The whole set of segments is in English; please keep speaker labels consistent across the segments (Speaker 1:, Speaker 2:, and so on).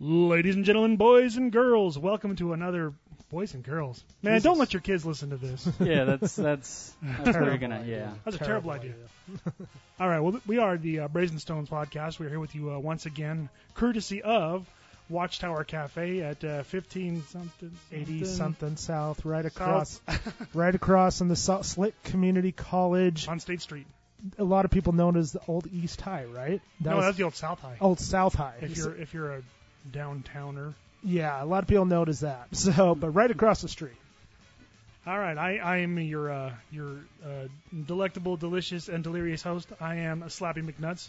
Speaker 1: Ladies and gentlemen, boys and girls, welcome to another boys and girls. Man, don't let your kids listen to this. That
Speaker 2: Yeah, that's that's that's where you're gonna. Yeah.
Speaker 1: was a terrible, idea. All right, well, we are the uh, Brazen Stones podcast. We are here with you uh, once again, courtesy of Watchtower Cafe at uh, 15 something,
Speaker 3: 80 something south, right across, right across in the Salt Slick Community College.
Speaker 1: on State Street.
Speaker 3: A lot of people know it as the Old East High, right? That
Speaker 1: no,
Speaker 3: was
Speaker 1: Oh, that's the old South High.
Speaker 3: Old South High.
Speaker 1: if you're if you're a downtowner.
Speaker 3: yeah, a lot of people know it as that. So, but right across the street.
Speaker 1: All right, I, I am your uh, your uh, delectable, delicious, and delirious host. I am Slappy McNuts.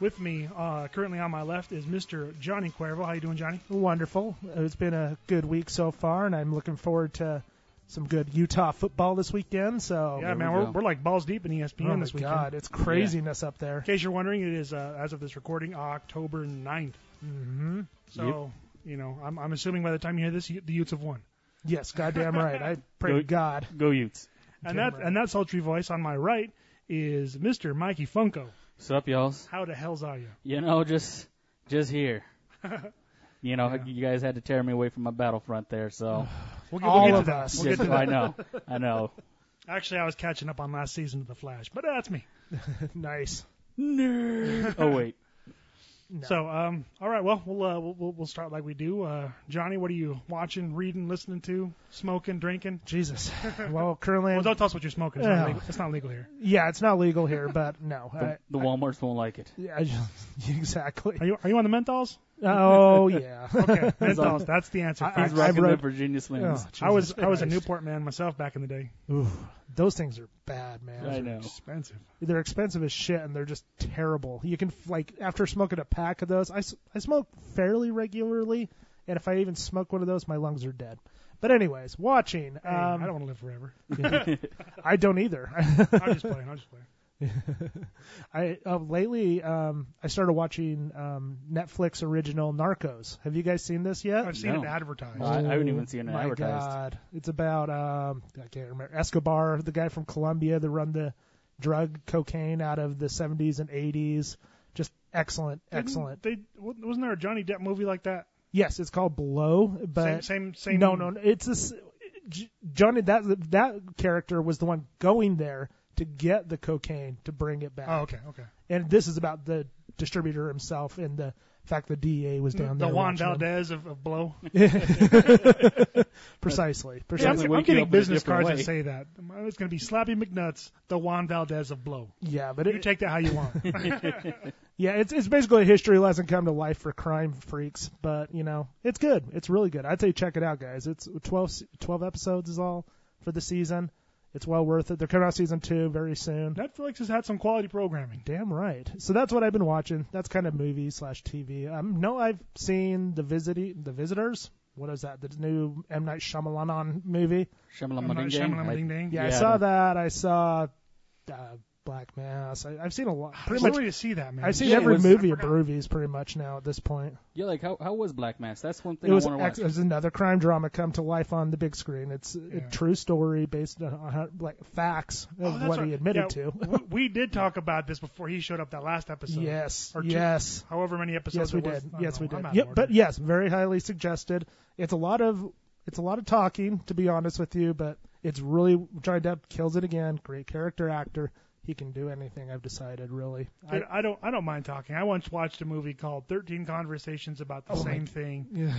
Speaker 1: With me, uh, currently on my left, is Mr. Johnny Cuervo. How you doing, Johnny?
Speaker 3: Wonderful. It's been a good week so far, and I'm looking forward to some good Utah football this weekend. So,
Speaker 1: yeah, man,
Speaker 2: we
Speaker 1: we are
Speaker 2: go.
Speaker 1: we're like balls deep in E ESPN
Speaker 3: oh my
Speaker 1: this weekend.
Speaker 3: God, it's craziness up there.
Speaker 1: In case you're wondering, it is uh, as of this recording, October 9th.
Speaker 3: Mm-hmm.
Speaker 1: So you know, I'm, I'm assuming by the time you hear this, you, the Utes have won.
Speaker 3: Yes, goddamn right. I pray
Speaker 2: Go-
Speaker 3: to God.
Speaker 2: Go Utes.
Speaker 1: And that and that sultry voice on my right is Mr. Mikey Funko.
Speaker 2: What's up, y'alls?
Speaker 1: How the hell's are you?
Speaker 2: You know, just just here. You know, you guys had to tear me away from my battlefront there, so
Speaker 1: We'll get, we'll
Speaker 3: All
Speaker 1: get
Speaker 3: of
Speaker 1: to that.
Speaker 3: us.
Speaker 1: We'll get to
Speaker 2: I know, I know.
Speaker 1: Actually, I was catching up on last season of The Flash, but that's me.
Speaker 3: Nice.
Speaker 2: Oh wait,
Speaker 1: So, um, all right, well, we'll, uh, we'll- we'll we'll start like we do. Uh, Johnny, what are you watching, reading, listening to, smoking, drinking?
Speaker 3: Jesus. Well, currently,
Speaker 1: Well,
Speaker 3: I'm-
Speaker 1: don't tell us what you're smoking. It's not,
Speaker 3: Yeah.
Speaker 1: legal. It's not legal here.
Speaker 3: yeah, it's not legal here, but no, I,
Speaker 2: the WalMarts won't like it.
Speaker 3: I just- exactly.
Speaker 1: Are you are you on the menthols?
Speaker 3: Oh yeah.
Speaker 1: Okay, menthols. That's the answer.
Speaker 3: I-
Speaker 2: He's
Speaker 1: folks.
Speaker 3: I
Speaker 2: rocking the
Speaker 3: read-
Speaker 2: Virginia Slims.
Speaker 3: Oh,
Speaker 1: I was
Speaker 3: Jesus
Speaker 1: I was a
Speaker 3: Christ.
Speaker 1: Newport man myself back in the day.
Speaker 3: Oof, those things are bad, man.
Speaker 2: I know.
Speaker 1: Expensive.
Speaker 3: They're expensive as shit, and they're just terrible. You can like after smoking a pack of those, I, s- I smoke fairly regularly, and if I even smoke one of those, my lungs are dead. But anyways, watching.
Speaker 1: Hey,
Speaker 3: Um,
Speaker 1: I don't want to live forever.
Speaker 3: I don't either.
Speaker 1: I'm just playing. I'm just playing.
Speaker 3: I uh, lately um, I started watching um, Netflix original Narcos. Have you guys seen this yet?
Speaker 1: I've seen
Speaker 2: No.
Speaker 1: it advertised.
Speaker 2: I, I haven't even seen it
Speaker 3: My
Speaker 2: advertised.
Speaker 3: God, it's about um, I can't remember Escobar, the guy from Colombia that run the drug cocaine out of the 70s and 80s. Just excellent, excellent.
Speaker 1: They wasn't there a Johnny Depp movie like that?
Speaker 3: Yes, it's called Blow, but
Speaker 1: same- same-
Speaker 3: No, no, no, it's this. J- Johnny, that that character was the one going there to get the cocaine to bring it back.
Speaker 1: Oh, okay, okay.
Speaker 3: And this is about the distributor himself and the fact the DA was down
Speaker 1: the
Speaker 3: there.
Speaker 1: Juan
Speaker 3: watching him.
Speaker 1: Valdez of, of Blow.
Speaker 3: precisely,
Speaker 1: Yeah, I'm,
Speaker 3: precisely.
Speaker 2: Doesn't
Speaker 1: I'm
Speaker 2: wake you
Speaker 1: getting
Speaker 2: up in a
Speaker 1: business
Speaker 2: different
Speaker 1: cards
Speaker 2: way.
Speaker 1: that say that. It's going to be Slappy McNuts, the Juan Valdez of Blow.
Speaker 3: Yeah, but it,
Speaker 1: You take that how you want.
Speaker 3: Yeah, it's it's basically a history lesson come to life for crime freaks, but you know it's good. It's really good. I'd say check it out, guys. It's 12, se- 12 episodes is all for the season. It's well worth it. They're coming out season two very soon.
Speaker 1: Netflix has had some quality programming.
Speaker 3: Damn right. So that's what I've been watching. That's kind of movie slash TV. Um, no, I've seen the visiting the visitors. What is that? The new M Night Shyamalan movie.
Speaker 2: Shyamalan
Speaker 1: I'm not-
Speaker 2: Mading Gang.
Speaker 1: Shyamalan
Speaker 2: I-
Speaker 1: Ding Dang.
Speaker 3: Yeah, I
Speaker 2: Yeah,
Speaker 3: saw
Speaker 2: the-
Speaker 3: that. I saw uh, Black Mass. I, I've seen a lot.
Speaker 1: Pretty
Speaker 3: Pretty much,
Speaker 1: to see that, man.
Speaker 3: I've seen
Speaker 2: Yeah, it
Speaker 3: every
Speaker 2: was-
Speaker 3: movie
Speaker 1: I
Speaker 3: of
Speaker 1: forgot.
Speaker 3: Bruvies pretty much now at this point.
Speaker 2: Yeah, like how how was Black Mass? That's one thing
Speaker 3: it was,
Speaker 2: I want to
Speaker 3: ex-
Speaker 2: watch.
Speaker 3: it was another crime drama come to life on the big screen. It's a true story based on how, like facts
Speaker 1: Oh,
Speaker 3: of
Speaker 1: that's
Speaker 3: what
Speaker 1: right.
Speaker 3: he admitted
Speaker 1: Yeah,
Speaker 3: to.
Speaker 1: w- we did talk about this before he showed up that last episode.
Speaker 3: yes,
Speaker 1: Or two-
Speaker 3: yes,
Speaker 1: However many episodes
Speaker 3: yes, we
Speaker 1: it was.
Speaker 3: did.
Speaker 1: I don't
Speaker 3: Yes, we
Speaker 1: know.
Speaker 3: did.
Speaker 1: I'm out of
Speaker 3: Yeah,
Speaker 1: order.
Speaker 3: but yes, very highly suggested. It's a lot of it's a lot of talking, to be honest with you, but it's really Johnny Depp kills it again. Great character actor. He can do anything. I've decided, really. I,
Speaker 1: Dude, I don't. I don't
Speaker 3: Oh
Speaker 1: mind talking. I once watched a movie called Thirteen Conversations About the Same Thing.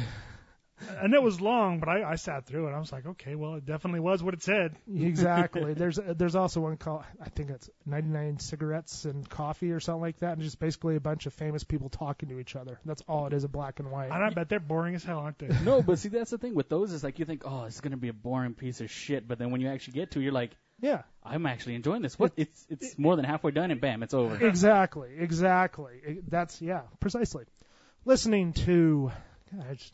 Speaker 1: and it was long, but I, I sat through it. I was like, okay, well, it definitely was what it said.
Speaker 3: Exactly. there's there's also one called I think it's 99 cigarettes and coffee or something like that, and just basically a bunch of famous people talking to each other. That's all it is, a black and white.
Speaker 1: And I bet they're boring as hell, aren't they?
Speaker 2: No, but see, that's the thing with those is like you think, oh, it's gonna be a boring piece of shit, but then when you actually get to, it, you're like,
Speaker 3: yeah.
Speaker 2: I'm actually enjoying this. What? It's it's more than halfway done, and bam, it's over.
Speaker 3: Exactly. Exactly. It- That's yeah, precisely. Listening to, gosh,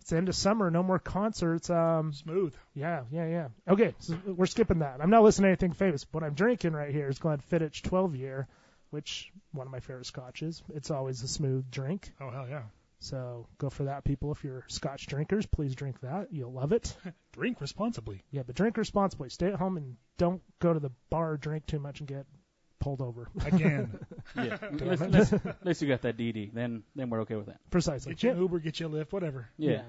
Speaker 3: it's the end of summer. No more concerts. Um,
Speaker 1: Smooth.
Speaker 3: yeah, yeah, yeah. Okay, so we're skipping that. I'm not listening to anything famous. What I'm drinking right here is Glenfiddich 12 year, which one of my favorite scotches. It's always a smooth drink.
Speaker 1: Oh hell yeah.
Speaker 3: So go for that, people. If you're Scotch drinkers, please drink that. You'll love it.
Speaker 1: Drink responsibly.
Speaker 3: Yeah, but drink responsibly. Stay at home and don't go to the bar, drink too much, and get pulled over.
Speaker 1: Again,
Speaker 2: Yeah. Unless, unless, unless you got that DD, then then we're okay with that.
Speaker 3: Precisely.
Speaker 1: get you an Uber, get you a Lyft, whatever.
Speaker 2: Yeah.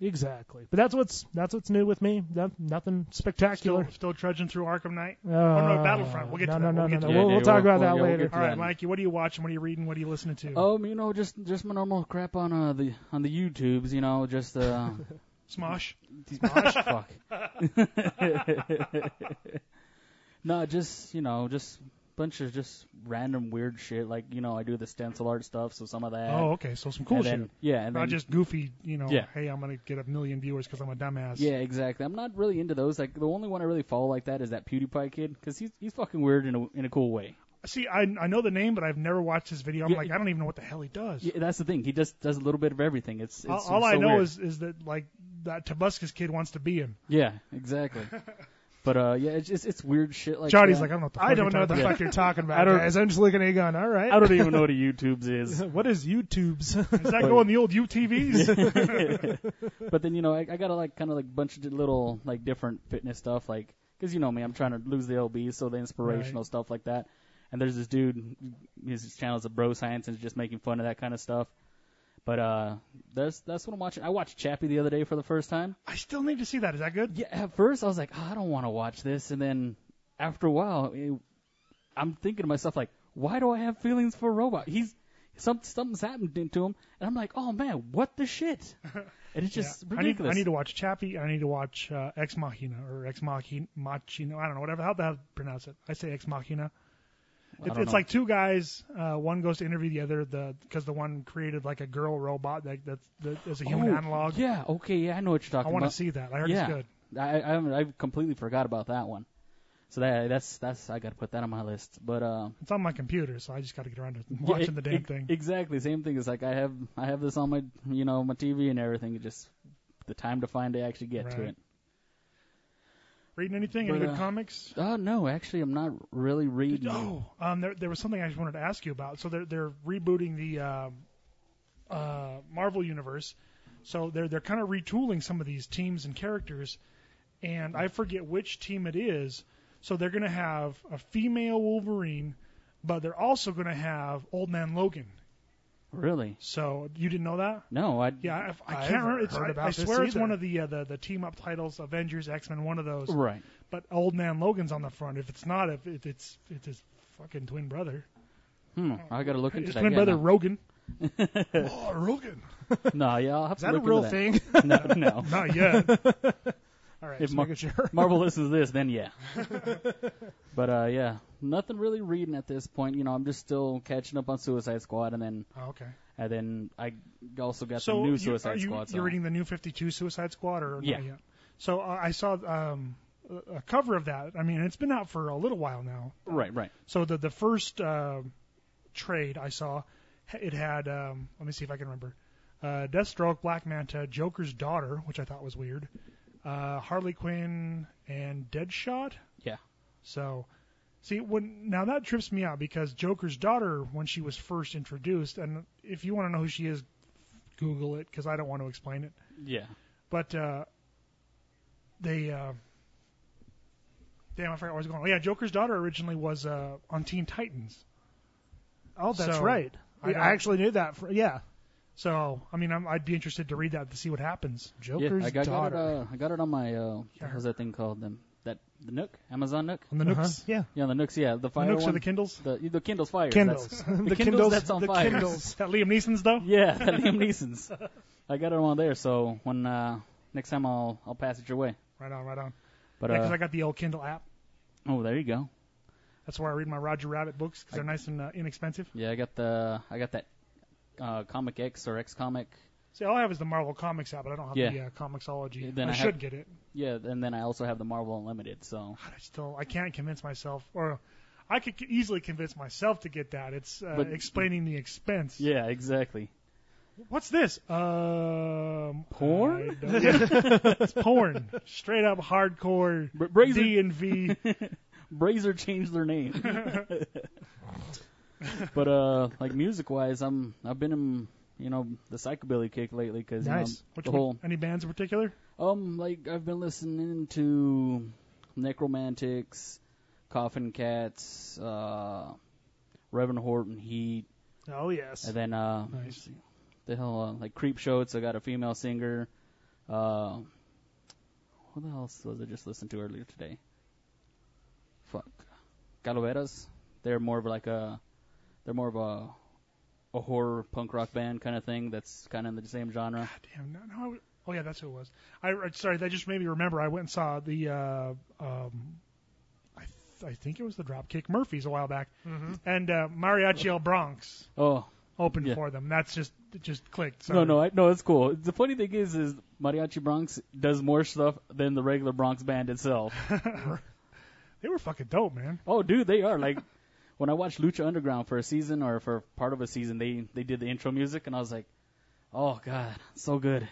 Speaker 3: exactly. But that's what's that's what's new with me. No, nothing
Speaker 1: Still,
Speaker 3: spectacular.
Speaker 1: still trudging through Arkham Knight.
Speaker 3: Uh,
Speaker 1: oh no, Battlefront. We'll get
Speaker 3: no,
Speaker 1: to
Speaker 3: no,
Speaker 1: that.
Speaker 3: no,
Speaker 1: we'll get to that.
Speaker 3: no, no. We'll,
Speaker 2: Yeah,
Speaker 3: we'll
Speaker 2: yeah,
Speaker 3: talk
Speaker 2: we'll-
Speaker 3: about that
Speaker 2: we'll- we'll
Speaker 3: later.
Speaker 2: get to
Speaker 1: All right,
Speaker 2: that.
Speaker 1: Mikey, what are you watching? What are you reading? What are you listening to?
Speaker 3: Oh.
Speaker 2: Um, you know, just just my normal crap on uh the on the YouTubes, you know, just uh
Speaker 1: Smosh.
Speaker 2: fuck. no, just you know, just bunch of just random weird shit. Like you know, I do the stencil art stuff, so some of that.
Speaker 1: Oh, okay. So some cool
Speaker 2: and then-
Speaker 1: shit.
Speaker 2: Yeah, and
Speaker 1: Not
Speaker 2: then
Speaker 1: just goofy, you know.
Speaker 2: Yeah.
Speaker 1: Hey, I'm gonna get a million viewers because I'm a dumbass.
Speaker 2: yeah, exactly. I'm not really into those. Like the only one I really follow like that is that PewDiePie kid because he's he's fucking weird in a in a cool way.
Speaker 1: See, I I know the name, but I've never watched his video. I'm
Speaker 2: Yeah.
Speaker 1: like, I don't even know what the hell he does.
Speaker 2: Yeah, that's the thing. He just does a little bit of everything. It's, it's
Speaker 1: all
Speaker 2: it's
Speaker 1: all I
Speaker 2: so
Speaker 1: know
Speaker 2: weird.
Speaker 1: is is that like that Tabuscus kid wants to be him.
Speaker 2: yeah, exactly. but uh, yeah, it's it's, it's weird shit like
Speaker 1: Johnny's
Speaker 2: that.
Speaker 1: like, I don't know. What the
Speaker 3: I
Speaker 1: fuck you're
Speaker 3: don't know
Speaker 1: talking about.
Speaker 3: what the fuck you're talking about,
Speaker 2: I don't-
Speaker 3: guys. I'm just looking at you going, all right.
Speaker 2: I don't even know what a YouTube's is.
Speaker 3: what is YouTube's?
Speaker 1: Does that go on the old UTVs?
Speaker 2: But then you know, I, I got a like kind of like bunch of little like different fitness stuff, like because you know me, I'm trying to lose the lbs, so the inspirational
Speaker 1: Right.
Speaker 2: stuff like that. And there's this dude, his channel's a bro science, and he's just making fun of that kind of stuff. But uh, that's that's what I'm watching. I watched Chappie the other day for the first time.
Speaker 1: I still need to see that. Is that good?
Speaker 2: Yeah, at first I was like, oh, I don't want to watch this, and then after a while, it, I'm thinking to myself like, why do I have feelings for a robot? He's some, something's happened to him, and I'm like, oh man, what the shit? And it's just
Speaker 1: I need,
Speaker 2: ridiculous.
Speaker 1: I need to watch Chappie. I need to watch uh, Ex Machina or Ex Machi- Machina. I don't know whatever how the hell to pronounce it. I say Ex Machina. It's,
Speaker 2: don't
Speaker 1: it's
Speaker 2: know.
Speaker 1: like two guys. Uh, one goes to interview the other the because the one created like a girl robot that that's that is a human
Speaker 2: Oh,
Speaker 1: analog.
Speaker 2: Yeah, okay, yeah, I know what you're
Speaker 1: I
Speaker 2: talking
Speaker 1: want to
Speaker 2: about.
Speaker 1: see that. I heard
Speaker 2: yeah,
Speaker 1: it's good.
Speaker 2: I, I haven't- I completely forgot about that one. So that that's that's I got to put that on my list. But uh,
Speaker 1: It's on my computer, so I just got to get around to
Speaker 2: yeah,
Speaker 1: watching
Speaker 2: e-
Speaker 1: the damn
Speaker 2: e-
Speaker 1: thing.
Speaker 2: Exactly, same thing. It's like I have I have this on my you know my TV and everything. It just the time to find to actually get to
Speaker 1: Right.
Speaker 2: it.
Speaker 1: Reading anything? Any
Speaker 2: but,
Speaker 1: good
Speaker 2: uh,
Speaker 1: comics?
Speaker 2: Oh no, actually I'm not really reading.
Speaker 1: No. Um, there, there was something I just wanted to ask you about. So they're they're rebooting the um uh, Marvel universe. So they're they're kind of retooling some of these teams and characters, and I forget which team it is. So they're going to have a female Wolverine, but they're also going to have Old Man Logan.
Speaker 2: Really?
Speaker 1: So you didn't know that?
Speaker 2: No, I
Speaker 1: Yeah, I, I
Speaker 3: I
Speaker 1: can't
Speaker 3: haven't
Speaker 1: remember. It's,
Speaker 3: heard
Speaker 1: I,
Speaker 3: about
Speaker 1: I
Speaker 3: this
Speaker 1: swear it's
Speaker 3: either.
Speaker 1: one of the uh, the, the team up titles, Avengers, X Men, one of those.
Speaker 2: Right.
Speaker 1: But Old Man Logan's on the front. If it's not, if it, it's it's his fucking twin brother.
Speaker 2: Hmm. I gotta look into
Speaker 1: His
Speaker 2: that.
Speaker 1: twin
Speaker 2: yeah,
Speaker 1: brother
Speaker 2: no.
Speaker 1: Rogan. oh, Rogan.
Speaker 2: no, yeah, I'll have
Speaker 3: Is
Speaker 2: to
Speaker 3: that a
Speaker 2: look
Speaker 3: real
Speaker 2: into
Speaker 3: thing?
Speaker 2: that. No, no.
Speaker 1: Not yet. All
Speaker 3: All right,
Speaker 2: If
Speaker 3: just
Speaker 2: Mar-
Speaker 3: making sure.
Speaker 2: Marvel listens to this, then yeah. but uh, yeah, nothing really reading at this point. You know, I'm just still catching up on Suicide Squad, and then
Speaker 1: Oh, okay.
Speaker 2: and then I also got
Speaker 1: So
Speaker 2: the new
Speaker 1: you, are
Speaker 2: Suicide
Speaker 1: you,
Speaker 2: Squad. so-
Speaker 1: you're reading the new 52 Suicide Squad, or
Speaker 2: Yeah.
Speaker 1: not yet? So uh, I saw um, a- a cover of that. I mean, it's been out for a little while now.
Speaker 2: Right, right.
Speaker 1: So the the first uh, trade I saw, h- it had um, let me see if I can remember, uh, Deathstroke, Black Manta, Joker's daughter, which I thought was weird, uh, Harley Quinn, and Deadshot.
Speaker 2: Yeah.
Speaker 1: So, see, when now that trips me out because Joker's daughter, when she was first introduced, and if you want to know who she is, Google it because I don't want to explain it.
Speaker 2: Yeah.
Speaker 1: But uh, they, uh, damn, I forgot where I was going. Oh, yeah, Joker's daughter originally was uh, on Teen Titans.
Speaker 3: Oh, that's
Speaker 1: So,
Speaker 3: right.
Speaker 1: I
Speaker 3: Yeah, I,
Speaker 1: don't-
Speaker 3: actually knew that. For, yeah,
Speaker 1: So, I mean, I'm, I'd be interested to read that to see what happens.
Speaker 3: Joker's
Speaker 2: yeah, I got, got
Speaker 3: daughter.
Speaker 2: it. Uh, I got it on my uh, what was that thing called? Them that the Nook, Amazon Nook.
Speaker 1: On the
Speaker 3: Uh-huh.
Speaker 1: Nooks,
Speaker 3: Yeah.
Speaker 2: Yeah, the Nooks. Yeah, the
Speaker 1: the
Speaker 2: fire
Speaker 1: Nooks
Speaker 2: one.
Speaker 1: or the Kindles.
Speaker 2: The, the Kindle's fire.
Speaker 3: Kindles.
Speaker 2: That's,
Speaker 3: The
Speaker 2: the Kindle's,
Speaker 3: Kindles-
Speaker 2: that's on
Speaker 3: the
Speaker 2: fire.
Speaker 3: Kindles.
Speaker 1: That Liam Neeson's though.
Speaker 2: Yeah, the Liam Neeson's. I got it on there, so when uh, next time I'll I'll pass it your way.
Speaker 1: Right on, right on.
Speaker 2: But
Speaker 1: Yeah, 'cause
Speaker 2: uh,
Speaker 1: I got the old Kindle app.
Speaker 2: oh, there you go.
Speaker 1: That's where I read my Roger Rabbit books because they're nice and uh, inexpensive.
Speaker 2: Yeah, I got the I got that uh, Comic X or X Comic.
Speaker 1: See, all I have is the Marvel Comics app, but I don't have
Speaker 2: Yeah.
Speaker 1: the uh, Comixology.
Speaker 2: Then
Speaker 1: I,
Speaker 2: I have-
Speaker 1: should get it.
Speaker 2: Yeah, and then I also have the Marvel Unlimited. So
Speaker 1: God, I still I can't convince myself, or I could c- easily convince myself to get that. It's uh,
Speaker 2: But-
Speaker 1: explaining the expense.
Speaker 2: yeah, exactly.
Speaker 1: What's this? Um,
Speaker 2: Porn?
Speaker 1: I don't- yeah. it's porn. Straight up hardcore
Speaker 2: Bra- Brazer-
Speaker 1: D and V.
Speaker 2: Brazer changed their name. but uh, like music wise, I'm I've been in you know the psychobilly kick lately because you
Speaker 3: Nice.
Speaker 2: know,
Speaker 1: Which
Speaker 2: Um, the whole
Speaker 1: one? Any bands in particular?
Speaker 2: Um, like I've been listening to Necromantics, Coffin Cats, uh, Reverend Horton Heat,
Speaker 3: Oh yes.
Speaker 2: and then uh,
Speaker 1: Nice.
Speaker 2: the hell uh, like Creep Show. It's I got a female singer. Uh, what else was I just listened to earlier today? Fuck, Calaveras. They're more of like a, they're more of a, a horror punk rock band kind of thing. That's kind of in the same genre.
Speaker 1: Damn, no, no, I w- oh yeah, that's who it was. I I- sorry, that just made me remember. I went and saw the, uh, um, I, th- I think it was the Dropkick Murphys a while back, and uh, Mariachi El Bronx
Speaker 2: Oh,
Speaker 1: opened
Speaker 2: Yeah.
Speaker 1: for them. That's just it just clicked.
Speaker 2: No, no, I, no, it's cool. The funny thing is, is Mariachi Bronx does more stuff than the regular Bronx band itself.
Speaker 1: they were fucking dope, man.
Speaker 2: oh, dude, they are like, when I watched Lucha Underground for a season or for part of a season, they they did the intro music, and I was like, oh god, so good.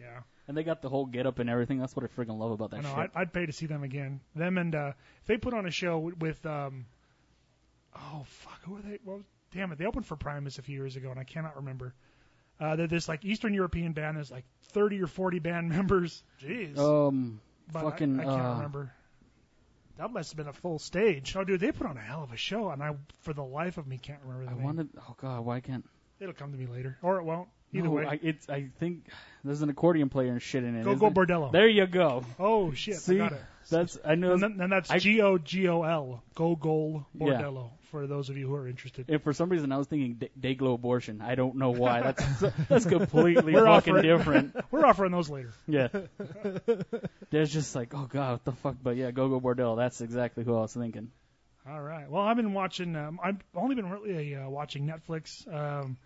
Speaker 1: Yeah,
Speaker 2: And they got the whole get up and everything. That's what I friggin' love about
Speaker 1: I
Speaker 2: that
Speaker 1: know.
Speaker 2: shit.
Speaker 1: I'd, I'd pay to see them again. Them and uh, if they put on a show with, with um, oh fuck, who are they? Well, damn it, they opened for Primus a few years ago, and I cannot remember. Uh, they're this like Eastern European band. There's like 30 or 40 band members.
Speaker 3: Jeez.
Speaker 2: um,
Speaker 1: But
Speaker 2: fucking
Speaker 1: I, I can't
Speaker 2: uh,
Speaker 1: remember.
Speaker 3: that must have been a full stage.
Speaker 1: Oh, dude, they put on a hell of a show, and I, for the life of me, can't remember the
Speaker 2: I
Speaker 1: name.
Speaker 2: wanted. Oh god, why can't?
Speaker 1: It'll come to me later, or it won't. Either
Speaker 2: no,
Speaker 1: way.
Speaker 2: I, it's. I think there's an accordion player and shit in it.
Speaker 1: Go
Speaker 2: isn't
Speaker 1: Go
Speaker 2: it?
Speaker 1: Bordello.
Speaker 2: There you go.
Speaker 1: oh shit,
Speaker 2: See,
Speaker 1: I got it.
Speaker 2: that's. I know.
Speaker 1: And, then, and that's
Speaker 2: I-
Speaker 1: G O G O L, Go Goal
Speaker 2: Yeah.
Speaker 1: Bordello, for those of you who are interested.
Speaker 2: If for some reason I was thinking da- Dayglow abortion, I don't know why. That's that's completely
Speaker 1: We're off
Speaker 2: fucking
Speaker 1: right-
Speaker 2: different.
Speaker 1: We're offering those later.
Speaker 2: Yeah. There's just like, oh god, what the fuck? But yeah, Gogo Bordello. That's exactly who I was thinking.
Speaker 1: All right. Well, I've been watching. Um, I've only been really uh, watching Netflix. Um,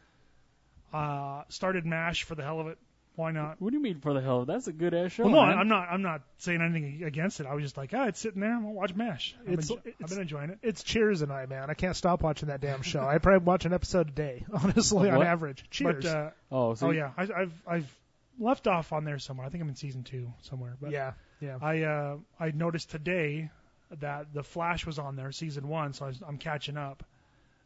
Speaker 1: uh, started Mash for the hell of it. Why not?
Speaker 2: What do you mean for the hell? That's a good ass show.
Speaker 1: Well, no,
Speaker 2: man.
Speaker 1: I'm not. I'm not saying anything against it. I was just like, ah, it's sitting there. I'm gonna watch Mash. I'm
Speaker 3: It's-
Speaker 1: enjo- I've
Speaker 3: it's-
Speaker 1: been enjoying it.
Speaker 3: It's Cheers and I, man. I can't stop watching that damn show. I probably watch an episode a day, honestly, on
Speaker 2: What?
Speaker 3: average. Cheers.
Speaker 1: But uh,
Speaker 2: Oh, so
Speaker 1: oh
Speaker 2: you-
Speaker 1: yeah, I, I've I've left off on there somewhere. I think I'm in season two somewhere. But
Speaker 3: yeah, yeah.
Speaker 1: I uh, I noticed today that the Flash was on there season one, so I was, I'm catching up,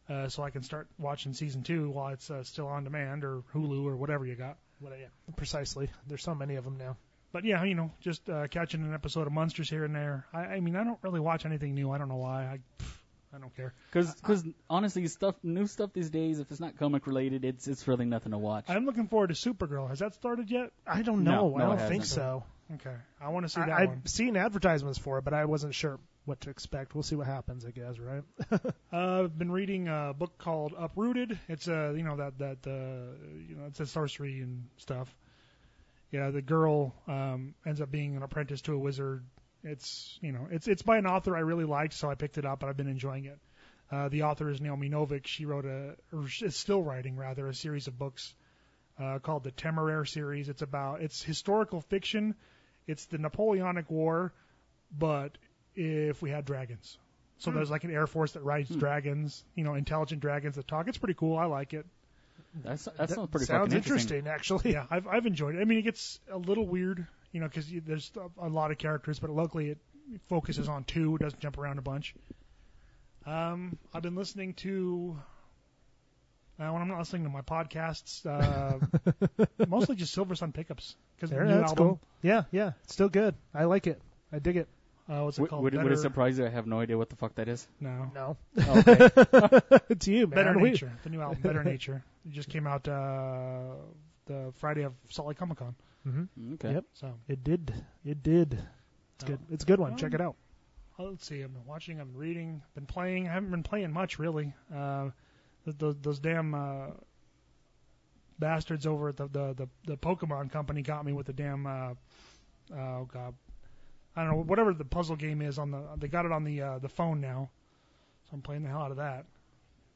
Speaker 1: uh, so I can start watching season two while it's uh, still on demand or Hulu or whatever you got.
Speaker 3: What- yeah, precisely. There's so many of them now.
Speaker 1: But yeah, you know, just uh, catching an episode of Monsters here and there. I, I mean, I don't really watch anything new. I don't know why. I pff, I don't care.
Speaker 2: because because honestly, stuff new stuff these days. If it's not comic related, it's it's really nothing to watch.
Speaker 1: I'm looking forward to Supergirl. Has that started yet?
Speaker 3: I don't
Speaker 2: No,
Speaker 3: know.
Speaker 2: no, it
Speaker 3: I don't think
Speaker 2: hasn't.
Speaker 3: so.
Speaker 1: Okay, I want to see
Speaker 3: I,
Speaker 1: that
Speaker 3: I've
Speaker 1: one.
Speaker 3: seen advertisements for it, but I wasn't sure what to expect. We'll see what happens, I guess, right?
Speaker 1: Uh, I've been reading a book called Uprooted. It's uh, you know that that uh, you know it's a sorcery and stuff. Yeah, the girl um, ends up being an apprentice to a wizard. It's you know it's it's by an author I really liked, so I picked it up and I've been enjoying it. Uh, the author is Naomi Novik. She wrote a or she is still writing rather a series of books uh, called the Temeraire series. It's about it's historical fiction. It's the Napoleonic War, but if we had dragons. So
Speaker 3: Hmm.
Speaker 1: there's like an air force that rides dragons, you know, intelligent dragons that talk. It's pretty cool. I like it.
Speaker 2: That's that sounds pretty
Speaker 3: Sounds
Speaker 2: fucking
Speaker 3: interesting, actually.
Speaker 1: Yeah, I've I've enjoyed it. I mean, it gets a little weird, you know, because there's a- a lot of characters, but luckily it focuses on two. It doesn't jump around a bunch. Um, I've been listening to. Uh, when I'm not listening to my podcasts, uh, mostly just Silver Sun pickups because the
Speaker 3: There,
Speaker 1: new
Speaker 3: that's
Speaker 1: album.
Speaker 3: cool. Yeah, yeah. It's still good. I like it. I dig it.
Speaker 1: Uh, what's it
Speaker 2: Would,
Speaker 3: Oh,
Speaker 1: called?
Speaker 2: would, it- would
Speaker 1: Better-
Speaker 2: it surprise you? I have no idea what the fuck that is.
Speaker 1: No.
Speaker 3: No,
Speaker 2: Oh, okay.
Speaker 3: it's you, man.
Speaker 1: Better
Speaker 3: We-
Speaker 1: Nature, the new album, Better Nature. It just came out uh, the Friday of Salt Lake Comic Con.
Speaker 2: Mm, okay.
Speaker 3: Yep.
Speaker 1: So
Speaker 3: It did. It did. It's good. It's a good one. Check it out.
Speaker 1: Oh, let's see. I've been watching. I've been reading. I've been playing. I haven't been playing much really. Uh, those, those damn uh, bastards over at the the, the, the Pokemon company got me with the damn uh, oh god, I don't know whatever the puzzle game is on the they got it on the uh, the phone now, so I'm playing the hell out of that.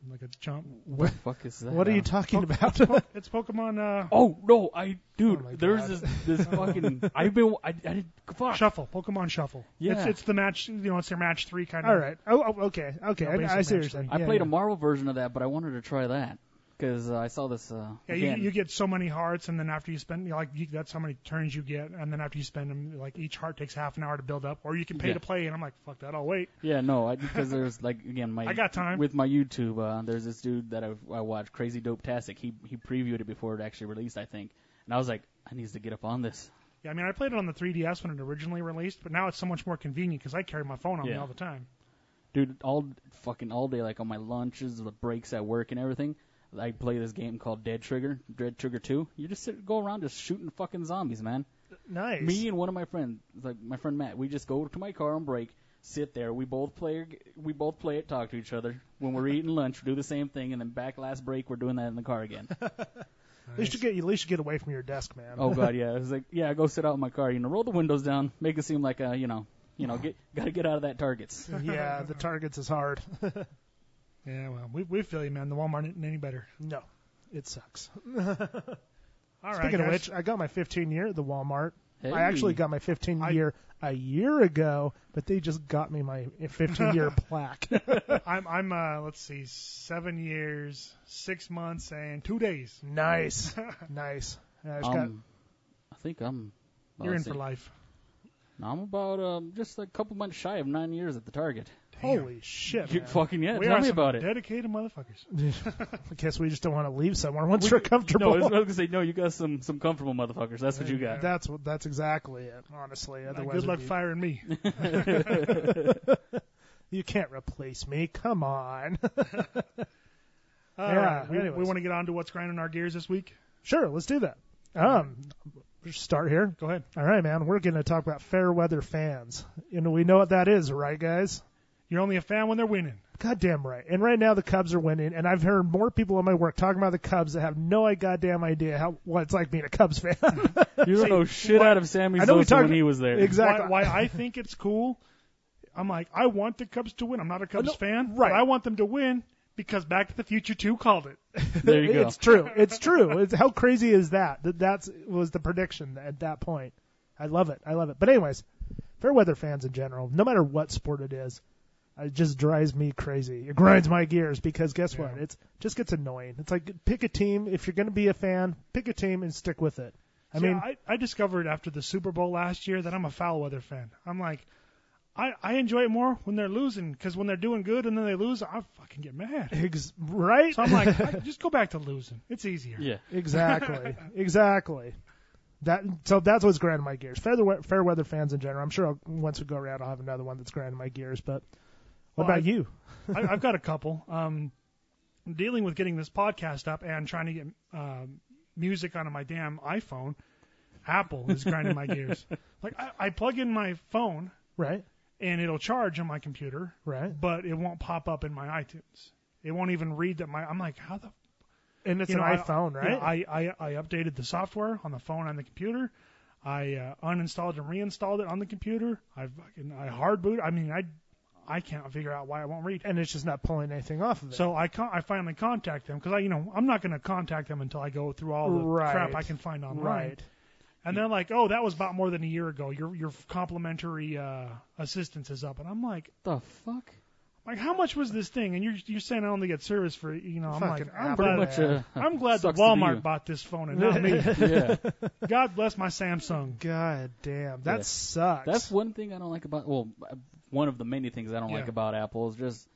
Speaker 1: I'm like a chump.
Speaker 2: What the fuck is that?
Speaker 3: What are you
Speaker 2: now?
Speaker 3: talking about?
Speaker 1: It's Pokemon uh,
Speaker 2: Oh no, I dude,
Speaker 3: Oh my
Speaker 2: there's
Speaker 3: God.
Speaker 2: this this fucking. I've been I, I did fuck.
Speaker 1: Shuffle, Pokemon Shuffle. It's
Speaker 2: Yeah.
Speaker 1: it's the match, you know, it's their match three kind of.
Speaker 3: All right. Oh, oh, okay. Okay.
Speaker 1: No,
Speaker 3: I- I,
Speaker 1: basic
Speaker 3: see what you're
Speaker 1: match
Speaker 3: saying.
Speaker 2: I
Speaker 3: Yeah,
Speaker 2: played
Speaker 3: yeah.
Speaker 2: a Marvel version of that, but I wanted to try that because uh, I saw this. Uh,
Speaker 1: Yeah, you,
Speaker 2: again.
Speaker 1: you get so many hearts, and then after you spend, you know, like, you, that's how many turns you get, and then after you spend them, like, each heart takes half an hour to build up, or you can pay
Speaker 2: Yeah.
Speaker 1: to play, and I'm like, fuck that, I'll wait.
Speaker 2: Yeah, no, I, because there's like again my
Speaker 1: I got time.
Speaker 2: with my YouTube. Uh, there's this dude that I, I watch, Crazy Dope Tastic. He he previewed it before it actually released, I think, and I was like, I need to get up on this.
Speaker 1: Yeah, I mean, I played it on the 3DS when it originally released, but now it's so much more convenient because I carry my phone on me
Speaker 2: Yeah.
Speaker 1: all the time.
Speaker 2: dude, all fucking all day, like on my lunches, the breaks at work, and everything. I play this game called Dead Trigger, Dead Trigger Two. You just sit, go around just shooting fucking zombies, man.
Speaker 3: Nice.
Speaker 2: Me and one of my friends, like my friend Matt, we just go to my car on break, sit there. We both play, we both play it, talk to each other. When we're eating lunch, we do the same thing, and then back last break, we're doing that in the car again.
Speaker 3: At least you get at least you get away from your desk, man.
Speaker 2: oh god, yeah. It was like, yeah, go sit out in my car. You know, roll the windows down, make it seem like uh, you know, you know, get gotta get out of that targets.
Speaker 3: yeah, the targets is hard.
Speaker 1: Yeah, well, we, we feel you, man. The Walmart isn't any better.
Speaker 3: no, it sucks.
Speaker 1: All right,
Speaker 3: Speaking of
Speaker 1: guys.
Speaker 3: which, I got my 15 year at the Walmart.
Speaker 2: Hey.
Speaker 3: I actually got my 15 year a year ago, but they just got me my 15 year plaque.
Speaker 1: I'm, I'm uh, let's see, seven years, six months, and two days.
Speaker 3: nice, nice. I just got,
Speaker 2: Um, I think I'm. well,
Speaker 1: You're in
Speaker 2: let's
Speaker 1: for
Speaker 2: see.
Speaker 1: life.
Speaker 2: No, I'm about um, just a couple months shy of nine years at the target.
Speaker 3: holy shit!
Speaker 2: You
Speaker 3: man.
Speaker 2: fucking yeah,
Speaker 1: we
Speaker 2: tell
Speaker 1: are
Speaker 2: me
Speaker 1: some
Speaker 2: about it.
Speaker 1: dedicated motherfuckers.
Speaker 3: I guess we just don't want to leave somewhere once we, are
Speaker 2: No,
Speaker 3: comfortable.
Speaker 2: I was gonna say no. You got some some comfortable motherfuckers. That's what you got.
Speaker 3: that's what- that's exactly it. Honestly,
Speaker 1: Uh,
Speaker 3: otherwise,
Speaker 1: good
Speaker 3: it'd
Speaker 1: luck
Speaker 3: be-
Speaker 1: firing me.
Speaker 3: you can't replace me. Come on.
Speaker 1: All right, we,
Speaker 3: anyways.
Speaker 1: we want to get on to what's grinding our gears this week.
Speaker 3: Sure, let's do that. Um, start here.
Speaker 1: Go ahead.
Speaker 3: All right, man. We're going to talk about fair weather fans, and we know what that is, right, guys?
Speaker 1: You're only a fan when they're winning.
Speaker 3: Goddamn right. And right now the Cubs are winning, and I've heard more people in my work talking about the Cubs that have no goddamn idea how what it's like being a Cubs fan.
Speaker 2: You don't know shit out of Sammy
Speaker 3: I know we
Speaker 2: Sosa
Speaker 3: talked
Speaker 2: when he was there.
Speaker 3: exactly.
Speaker 1: Why, why I think it's cool. I'm like, I want the Cubs to win. I'm not a Cubs
Speaker 3: no,
Speaker 1: fan,
Speaker 3: right.
Speaker 1: but I want them to win because Back to the Future 2 called it.
Speaker 2: There you go.
Speaker 3: It's true. It's true. It's, how crazy is that? That that's was the prediction at that point. I love it. I love it. But anyways, fair weather fans in general, no matter what sport it is, it just drives me crazy. It grinds my gears because guess what? It's just gets annoying. It's like pick a team if you're going to be a fan, pick a team and stick with it. I
Speaker 1: Yeah,
Speaker 3: mean,
Speaker 1: I, I discovered after the Super Bowl last year that I'm a foul weather fan. I'm like, I, I enjoy it more when they're losing because when they're doing good and then they lose, I fucking get mad.
Speaker 3: ex- right?
Speaker 1: So I'm like, I, just go back to losing. It's easier.
Speaker 2: yeah.
Speaker 3: Exactly. exactly. That so that's what's grinding my gears. Fair, we- fair weather fans in general. I'm sure I'll, once we go around, I'll have another one that's grinding my gears. But what
Speaker 1: Well,
Speaker 3: about
Speaker 1: I-
Speaker 3: you?
Speaker 1: I, I've got a couple. Um, dealing with getting this podcast up and trying to get um, music onto my damn iPhone. Apple is grinding my gears. Like I, I plug in my phone
Speaker 3: Right.
Speaker 1: and it'll charge on my computer,
Speaker 3: Right.
Speaker 1: but it won't pop up in my iTunes. It won't even read that my. I'm like, how the
Speaker 3: And it's
Speaker 1: you
Speaker 3: an
Speaker 1: know, I-
Speaker 3: iPhone, right?
Speaker 1: yeah, I, I I updated the software on the phone and the computer. I uh, uninstalled and reinstalled it on the computer. I fucking I hard boot. I mean, I I can't figure out why it won't read.
Speaker 3: and it's just not pulling anything off of it.
Speaker 1: So I con- I finally contact them because I you know I'm not going to contact them until I go through all the
Speaker 3: Right.
Speaker 1: crap I can find online.
Speaker 3: right.
Speaker 1: And they're like, oh, that was about more than a year ago. Your your complimentary uh, assistance is up, and I'm like,
Speaker 2: The fuck.
Speaker 1: like how much was this thing? And you're you're saying I only get service for you know. I'm like,
Speaker 3: Fucking
Speaker 1: I'm
Speaker 3: Apple,
Speaker 1: glad,
Speaker 3: man.
Speaker 2: Much, uh,
Speaker 1: I'm glad that
Speaker 2: sucks to be
Speaker 1: Walmart
Speaker 2: you.
Speaker 1: bought this phone and not me.
Speaker 2: yeah.
Speaker 1: God bless my Samsung.
Speaker 3: God damn, that
Speaker 2: Yeah.
Speaker 3: sucks.
Speaker 2: That's one thing I don't like about. Well, one of the many things I don't like
Speaker 1: Yeah.
Speaker 2: about Apple is just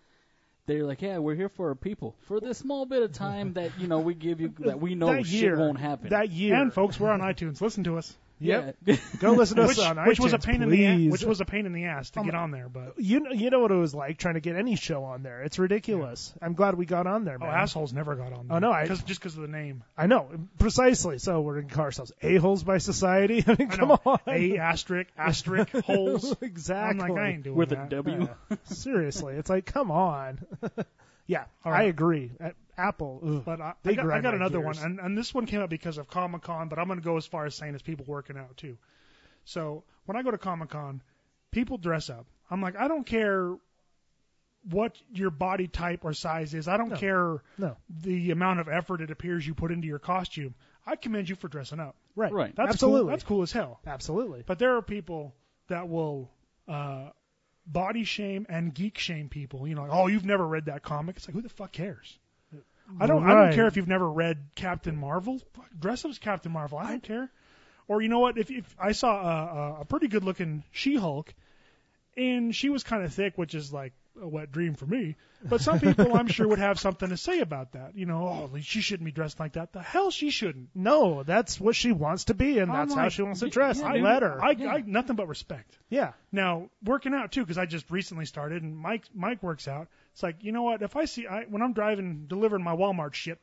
Speaker 2: they're like, yeah, we're here for our people for this small bit of time that you know we give you that we know
Speaker 3: that
Speaker 2: shit
Speaker 3: year
Speaker 2: won't happen.
Speaker 3: That year,
Speaker 1: And folks, we're on iTunes. Listen to us.
Speaker 2: yep.
Speaker 3: go listen to
Speaker 1: Which,
Speaker 3: us on
Speaker 1: which was a
Speaker 3: iTunes,
Speaker 1: pain in the
Speaker 3: please.
Speaker 1: ass, which was a pain in the ass to get on there, but
Speaker 3: you know, you know what it was like trying to get any show on there. It's ridiculous. I'm glad we got on there,
Speaker 1: oh
Speaker 3: man.
Speaker 1: assholes never got on. There
Speaker 3: Oh, no, I-
Speaker 1: Cause, just because of the name.
Speaker 3: I know precisely. So we're gonna call ourselves a holes by society. I mean,
Speaker 1: I
Speaker 3: come
Speaker 1: know.
Speaker 3: on,
Speaker 1: A asterisk asterisk holes.
Speaker 3: exactly.
Speaker 1: I'm like, I ain't doing
Speaker 2: with a
Speaker 1: that.
Speaker 2: W.
Speaker 3: Seriously, it's like, come on. Yeah,
Speaker 1: All right.
Speaker 3: I agree. A- Apple, ugh,
Speaker 1: But I,
Speaker 3: they
Speaker 1: I got, I
Speaker 3: grind
Speaker 1: got
Speaker 3: my
Speaker 1: another
Speaker 3: gears.
Speaker 1: one, and, and this one came out because of Comic Con, but I'm going to go as far as saying it's people working out too. So when I go to Comic Con, people dress up. I'm like, I don't care what your body type or size is. I don't care
Speaker 3: No.
Speaker 1: the amount of effort it appears you put into your costume. I commend you for dressing up.
Speaker 3: right,
Speaker 2: Right.
Speaker 1: That's
Speaker 3: absolutely,
Speaker 1: cool. That's cool as hell.
Speaker 3: absolutely.
Speaker 1: But there are people that will uh, body shame and geek shame people. You know, like, oh, you've never read that comic. It's like, who the fuck cares? I don't. I don't
Speaker 3: Right.
Speaker 1: care if you've never read Captain Marvel. Fuck, Dress up as Captain Marvel. I don't care. Or you know what? If, if I saw a, a, a pretty good-looking She-Hulk, and she was kind of thick, which is like a wet dream for me. But some people, I'm sure, would have something to say about that. You know, oh, she shouldn't be dressed like that. The hell, she shouldn't.
Speaker 3: no, that's what she wants to be, and that's how
Speaker 1: like,
Speaker 3: she wants to
Speaker 2: yeah,
Speaker 3: dress.
Speaker 2: yeah,
Speaker 3: I
Speaker 2: dude.
Speaker 3: let her.
Speaker 1: I, I nothing but respect.
Speaker 3: yeah,
Speaker 1: Now working out too, because I just recently started, and Mike Mike works out. It's like you know what? If I see I, when I'm driving delivering my Walmart shit,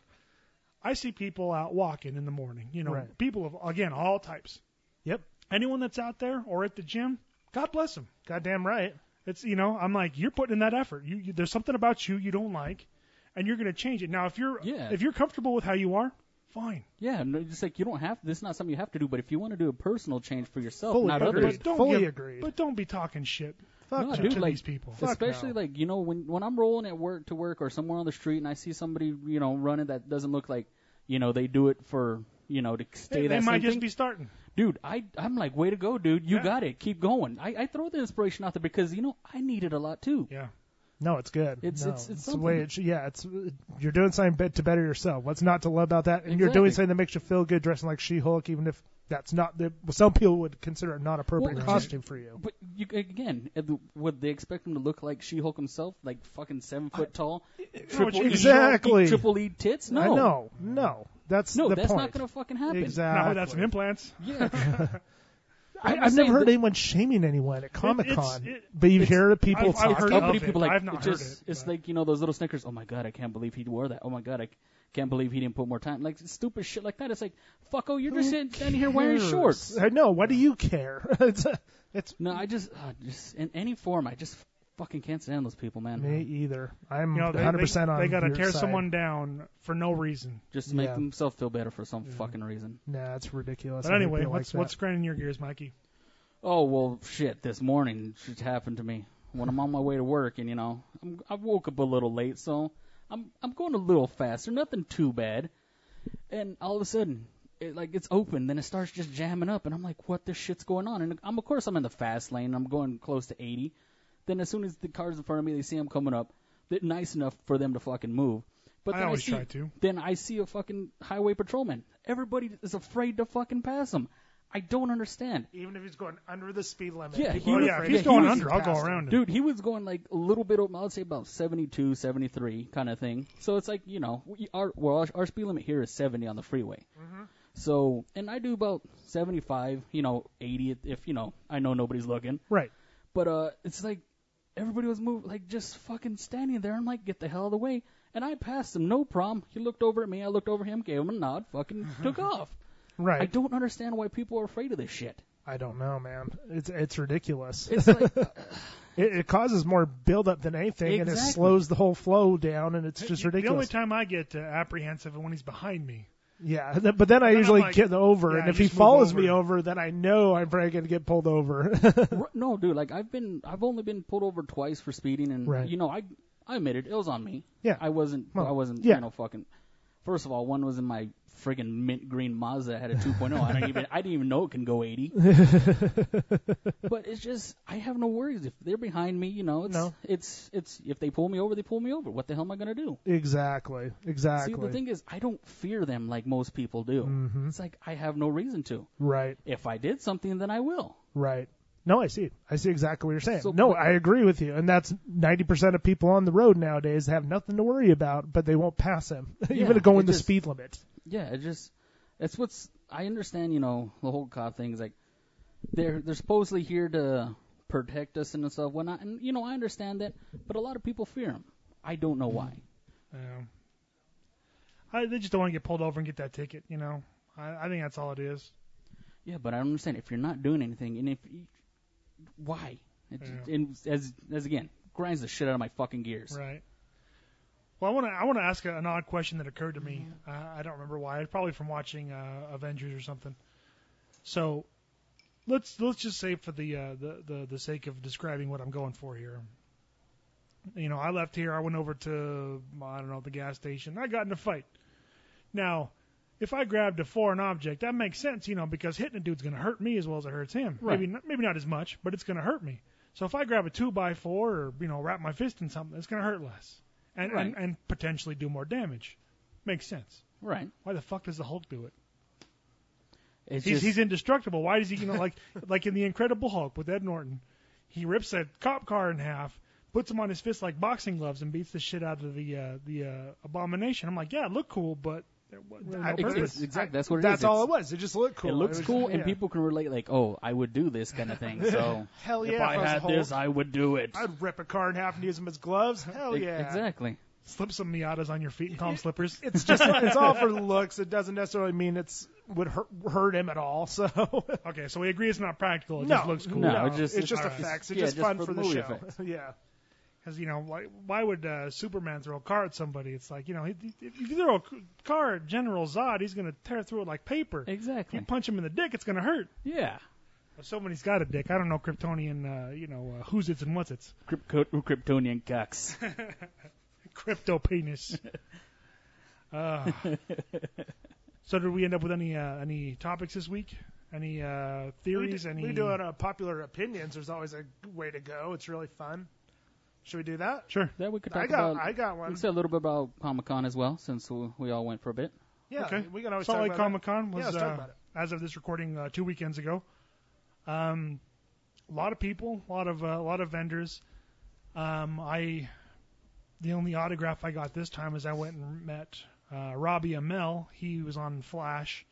Speaker 1: I see people out walking in the morning. You know,
Speaker 3: Right.
Speaker 1: people of again all types.
Speaker 3: yep,
Speaker 1: Anyone that's out there or at the gym, God bless them.
Speaker 3: goddamn right.
Speaker 1: It's you know I'm like you're putting in that effort. You, you there's something about you you don't like, and you're gonna change it. Now if you're
Speaker 2: Yeah.
Speaker 1: if you're comfortable with how you are, fine.
Speaker 2: Yeah, no, it's like you don't have. This is not something you have to do. But if you want to do a personal change for yourself,
Speaker 3: Fully
Speaker 2: not
Speaker 3: agreed.
Speaker 2: others,
Speaker 1: But don't
Speaker 3: Fully
Speaker 1: give-
Speaker 3: agreed.
Speaker 1: But don't be talking shit.
Speaker 3: Fuck
Speaker 2: no,
Speaker 1: to-
Speaker 3: no.
Speaker 2: dude,
Speaker 1: to
Speaker 2: like
Speaker 1: these people. Fuck
Speaker 2: especially
Speaker 1: no.
Speaker 2: like you know when when I'm rolling at work to work or somewhere on the street and I see somebody you know running that doesn't look like you know they do it for you know to stay
Speaker 1: They,
Speaker 2: that
Speaker 1: they
Speaker 2: same
Speaker 1: might just
Speaker 2: thing.
Speaker 1: be starting.
Speaker 2: dude, I I'm like way to go, dude. You
Speaker 1: Yeah.
Speaker 2: got it. Keep going. I, I throw the inspiration out there because you know I need it a lot too.
Speaker 1: Yeah.
Speaker 3: No, it's good.
Speaker 2: It's-
Speaker 3: no,
Speaker 2: it's- it's
Speaker 3: the way
Speaker 2: something.
Speaker 3: it should, yeah, it's you're doing something bit to better yourself. What's not to love about that? And you're doing
Speaker 2: Exactly.
Speaker 3: something that makes you feel good, dressing like She-Hulk, even if that's not the some people would consider it not appropriate
Speaker 2: Well,
Speaker 3: costume for you.
Speaker 2: But you, again, at the- would they expect him to look like She-Hulk himself, like fucking seven foot tall, triple E-
Speaker 3: Exactly.
Speaker 2: triple E tits? No,
Speaker 3: I know, no, that's
Speaker 2: no,
Speaker 3: the
Speaker 2: that's
Speaker 3: point.
Speaker 2: not gonna fucking happen.
Speaker 3: Exactly.
Speaker 1: No, that's an implants.
Speaker 3: I,
Speaker 2: I'm
Speaker 3: I've
Speaker 2: saying
Speaker 3: never heard
Speaker 2: that-
Speaker 3: anyone shaming anyone at Comic
Speaker 1: it's-
Speaker 3: Con,
Speaker 1: it-
Speaker 3: but you
Speaker 1: it's-
Speaker 3: hear the people
Speaker 1: I've- I've
Speaker 3: talk.
Speaker 1: heard
Speaker 2: Oh,
Speaker 1: of
Speaker 2: but
Speaker 1: it.
Speaker 2: people like
Speaker 1: I've not
Speaker 2: it just,
Speaker 1: heard it,
Speaker 2: It's
Speaker 1: but-
Speaker 2: like you know those little Snickers. Oh my god, I can't believe he wore that. Oh my god, I can't believe he didn't put more time. Like stupid shit like that. It's like fuck. Oh, you're just sitting standing here wearing
Speaker 3: Cares.
Speaker 2: shorts.
Speaker 3: I know. Why do you care? it's, it's
Speaker 2: No, I just, uh, just in any form, I just fucking can't stand those people, man.
Speaker 3: me either. I'm
Speaker 1: You know, they,
Speaker 3: 100 percent
Speaker 1: they,
Speaker 3: on.
Speaker 1: they gotta
Speaker 3: your
Speaker 1: tear
Speaker 3: side.
Speaker 1: someone down for no reason.
Speaker 2: Just to make
Speaker 3: Yeah.
Speaker 2: themselves feel better for some fucking reason.
Speaker 3: Nah, it's ridiculous.
Speaker 1: But
Speaker 3: I hate
Speaker 1: anyway,
Speaker 3: people like
Speaker 1: what's
Speaker 3: that.
Speaker 1: what's grinding your gears, Mikey?
Speaker 2: Oh well, shit. This morning, shit happened to me when I'm on my way to work, and you know, I'm, I woke up a little late, so I'm I'm going a little faster, nothing too bad. And all of a sudden, it, like it's open, then it starts just jamming up, and I'm like, what the shit's going on? And I'm of course I'm in the fast lane, I'm going close to 80. Then as soon as the cars in front of me, they see I'm coming up, they're nice enough for them to fucking move. But
Speaker 1: I
Speaker 2: then
Speaker 1: always
Speaker 2: see,
Speaker 1: try to.
Speaker 2: Then I see a fucking highway patrolman. Everybody is afraid to fucking pass him. I don't understand.
Speaker 3: even if he's going under the speed limit.
Speaker 2: Yeah,
Speaker 3: people
Speaker 2: he
Speaker 3: are
Speaker 2: was-
Speaker 1: yeah,
Speaker 3: afraid
Speaker 1: if he's
Speaker 3: to
Speaker 1: going
Speaker 3: pass
Speaker 1: under, I'll go
Speaker 3: him.
Speaker 1: around him.
Speaker 2: Dude, he was going like a little bit, I would say about 72, 73 kind of thing. So it's like, you know, we, our, well, our, our speed limit here is 70 on the freeway. So, and I do about 75, you know, 80 if- if, you know, I know nobody's looking.
Speaker 3: Right.
Speaker 2: But uh, it's like everybody was moving, like just fucking standing there. I'm like, get the hell out of the way. And I passed him, no problem. He looked over at me, I looked over at him, gave him a nod, fucking took off.
Speaker 3: Right.
Speaker 2: I don't understand why people are afraid of this shit.
Speaker 3: I don't know, man. It's it's ridiculous.
Speaker 2: It's like,
Speaker 3: It, it causes more buildup than anything, and
Speaker 2: Exactly.
Speaker 3: it slows the whole flow down, and it's just
Speaker 1: You- The only
Speaker 3: ridiculous.
Speaker 1: time I get uh, apprehensive is when he's behind me.
Speaker 3: yeah, th- but then I
Speaker 1: then I'm
Speaker 3: usually
Speaker 1: like,
Speaker 3: get over,
Speaker 1: yeah,
Speaker 3: and
Speaker 1: you
Speaker 3: if he
Speaker 1: just move
Speaker 3: follows
Speaker 1: over.
Speaker 3: me over, then I know I'm probably going to get pulled over.
Speaker 2: R- no, dude. Like I've been, I've only been pulled over twice for speeding, and
Speaker 3: Right.
Speaker 2: you know, I, I admit it. It was on me.
Speaker 3: Yeah.
Speaker 2: I wasn't.
Speaker 3: Well,
Speaker 2: I wasn't.
Speaker 3: yeah.
Speaker 2: You know, fucking. First of all, one was in my friggin' mint green Mazda that had a 2.0. I didn't even, I didn't even know it can go 80. but it's just, I have no worries if they're behind me. You know, it's,
Speaker 3: No.
Speaker 2: it's, it's. If they pull me over, they pull me over. What the hell am I gonna do?
Speaker 3: exactly. Exactly. Mm-hmm.
Speaker 2: See, the thing is, I don't fear them like most people do. It's like I have no reason to.
Speaker 3: right.
Speaker 2: If I did something, then I will.
Speaker 3: Right. No, I see it. I see exactly what you're saying.
Speaker 2: So-
Speaker 3: no,
Speaker 2: but-
Speaker 3: I agree with you, and that's 90% of people on the road nowadays have nothing to worry about, but they won't pass him, even
Speaker 2: Yeah,
Speaker 3: going
Speaker 2: it
Speaker 3: the
Speaker 2: just-
Speaker 3: speed limit.
Speaker 2: Yeah, it just that's what's I understand, you know, the whole cop thing is like they're they're supposedly here to protect us and stuff whatnot, and you know I understand that, but a lot of people fear them. I don't know why.
Speaker 1: Um, I, they just don't want to get pulled over and get that ticket. You know, I, I think that's all it is.
Speaker 2: Yeah, but I don't understand if you're not doing anything, and if you- why? It,
Speaker 1: Yeah.
Speaker 2: And as as again grinds the shit out of my fucking gears.
Speaker 1: Right. Well, I want to I want to ask a, an odd question that occurred to me. I, I don't remember why. It's probably from watching uh, Avengers or something. So, let's let's just say for the, uh, the the the sake of describing what I'm going for here. You know, I left here. I went over to I don't know the gas station. I got in a fight. Now, if I grabbed a foreign object, that makes sense, you know, because hitting a dude's going to hurt me as well as it hurts him.
Speaker 2: Right.
Speaker 1: Maybe not, maybe not as much, but it's going to hurt me. So if I grab a two by four or you know wrap my fist in something, it's going to hurt less and, and
Speaker 2: Right.
Speaker 1: and potentially do more damage. Makes sense.
Speaker 2: Right.
Speaker 1: Why the fuck does the Hulk do it?
Speaker 2: It's
Speaker 1: He's
Speaker 2: just,
Speaker 1: he's indestructible. Why does he you know like like in the Incredible Hulk with Ed Norton, he rips a cop car in half, puts him on his fist like boxing gloves, and beats the shit out of the uh, the uh, abomination. I'm like, yeah, look cool, but there was no
Speaker 3: I-
Speaker 1: purpose.
Speaker 2: it's- exactly. That's what it is.
Speaker 3: That's
Speaker 2: It's-
Speaker 3: all it was. It just looked cool.
Speaker 2: It looks
Speaker 3: was-
Speaker 2: cool, and
Speaker 3: yeah.
Speaker 2: people can relate, like, oh, I would do this kind of thing. So
Speaker 3: Hell
Speaker 2: if
Speaker 3: yeah,
Speaker 2: I
Speaker 3: if I was
Speaker 2: had
Speaker 3: Hulk,
Speaker 2: this, I would do it.
Speaker 3: I'd rip a car in half and use them as gloves. Hell
Speaker 2: E-
Speaker 3: yeah.
Speaker 2: Exactly.
Speaker 1: Slip some Miatas on your feet and call them slippers.
Speaker 3: It's just like, it's all for looks. It doesn't necessarily mean it's would hurt, hurt him at all. So
Speaker 1: Okay, so we agree it's not practical. It
Speaker 3: No.
Speaker 1: just looks cool.
Speaker 2: No, it's just
Speaker 3: it's just
Speaker 1: Alright.
Speaker 3: effects. It's
Speaker 2: Yeah,
Speaker 3: just
Speaker 2: just
Speaker 3: fun
Speaker 2: for
Speaker 3: for,
Speaker 2: the
Speaker 3: the,
Speaker 2: movie
Speaker 3: show.
Speaker 2: effects.
Speaker 3: yeah.
Speaker 1: Because you know, why, why would uh, Superman throw a car at somebody? It's like you know, he, if you throw a c- car at General Zod, he's gonna tear through it like paper. If
Speaker 2: Exactly.
Speaker 1: you punch him in the dick, it's gonna hurt.
Speaker 2: Yeah.
Speaker 1: If somebody's got a dick, I don't know Kryptonian, uh, you know, uh, who's its and what's its.
Speaker 2: Crypto- Kryptonian cucks.
Speaker 1: Crypto penis. uh, so did we end up with any uh, any topics this week? Any uh,
Speaker 3: We,
Speaker 1: theories?
Speaker 3: do,
Speaker 1: any?
Speaker 3: we do it on popular opinions. There's always a way to go. It's really fun. Should we do that?
Speaker 1: Sure.
Speaker 2: That we could talk
Speaker 3: I got
Speaker 2: about.
Speaker 3: I got
Speaker 2: we
Speaker 3: one.
Speaker 2: could say a little bit about Comic Con as well, since we, we all went for a bit.
Speaker 3: yeah,
Speaker 1: okay.
Speaker 3: we can always
Speaker 1: Salt
Speaker 3: talk
Speaker 1: Lake
Speaker 3: about
Speaker 1: Comic
Speaker 3: that.
Speaker 1: Con
Speaker 3: Yeah,
Speaker 1: was
Speaker 3: let's talk
Speaker 1: uh,
Speaker 3: about it.
Speaker 1: as of this recording uh, two weekends ago. Um, a lot of people, a lot of uh, a lot of vendors. Um, I the only autograph I got this time is I went and met uh, Robbie Amell. He was on Flash,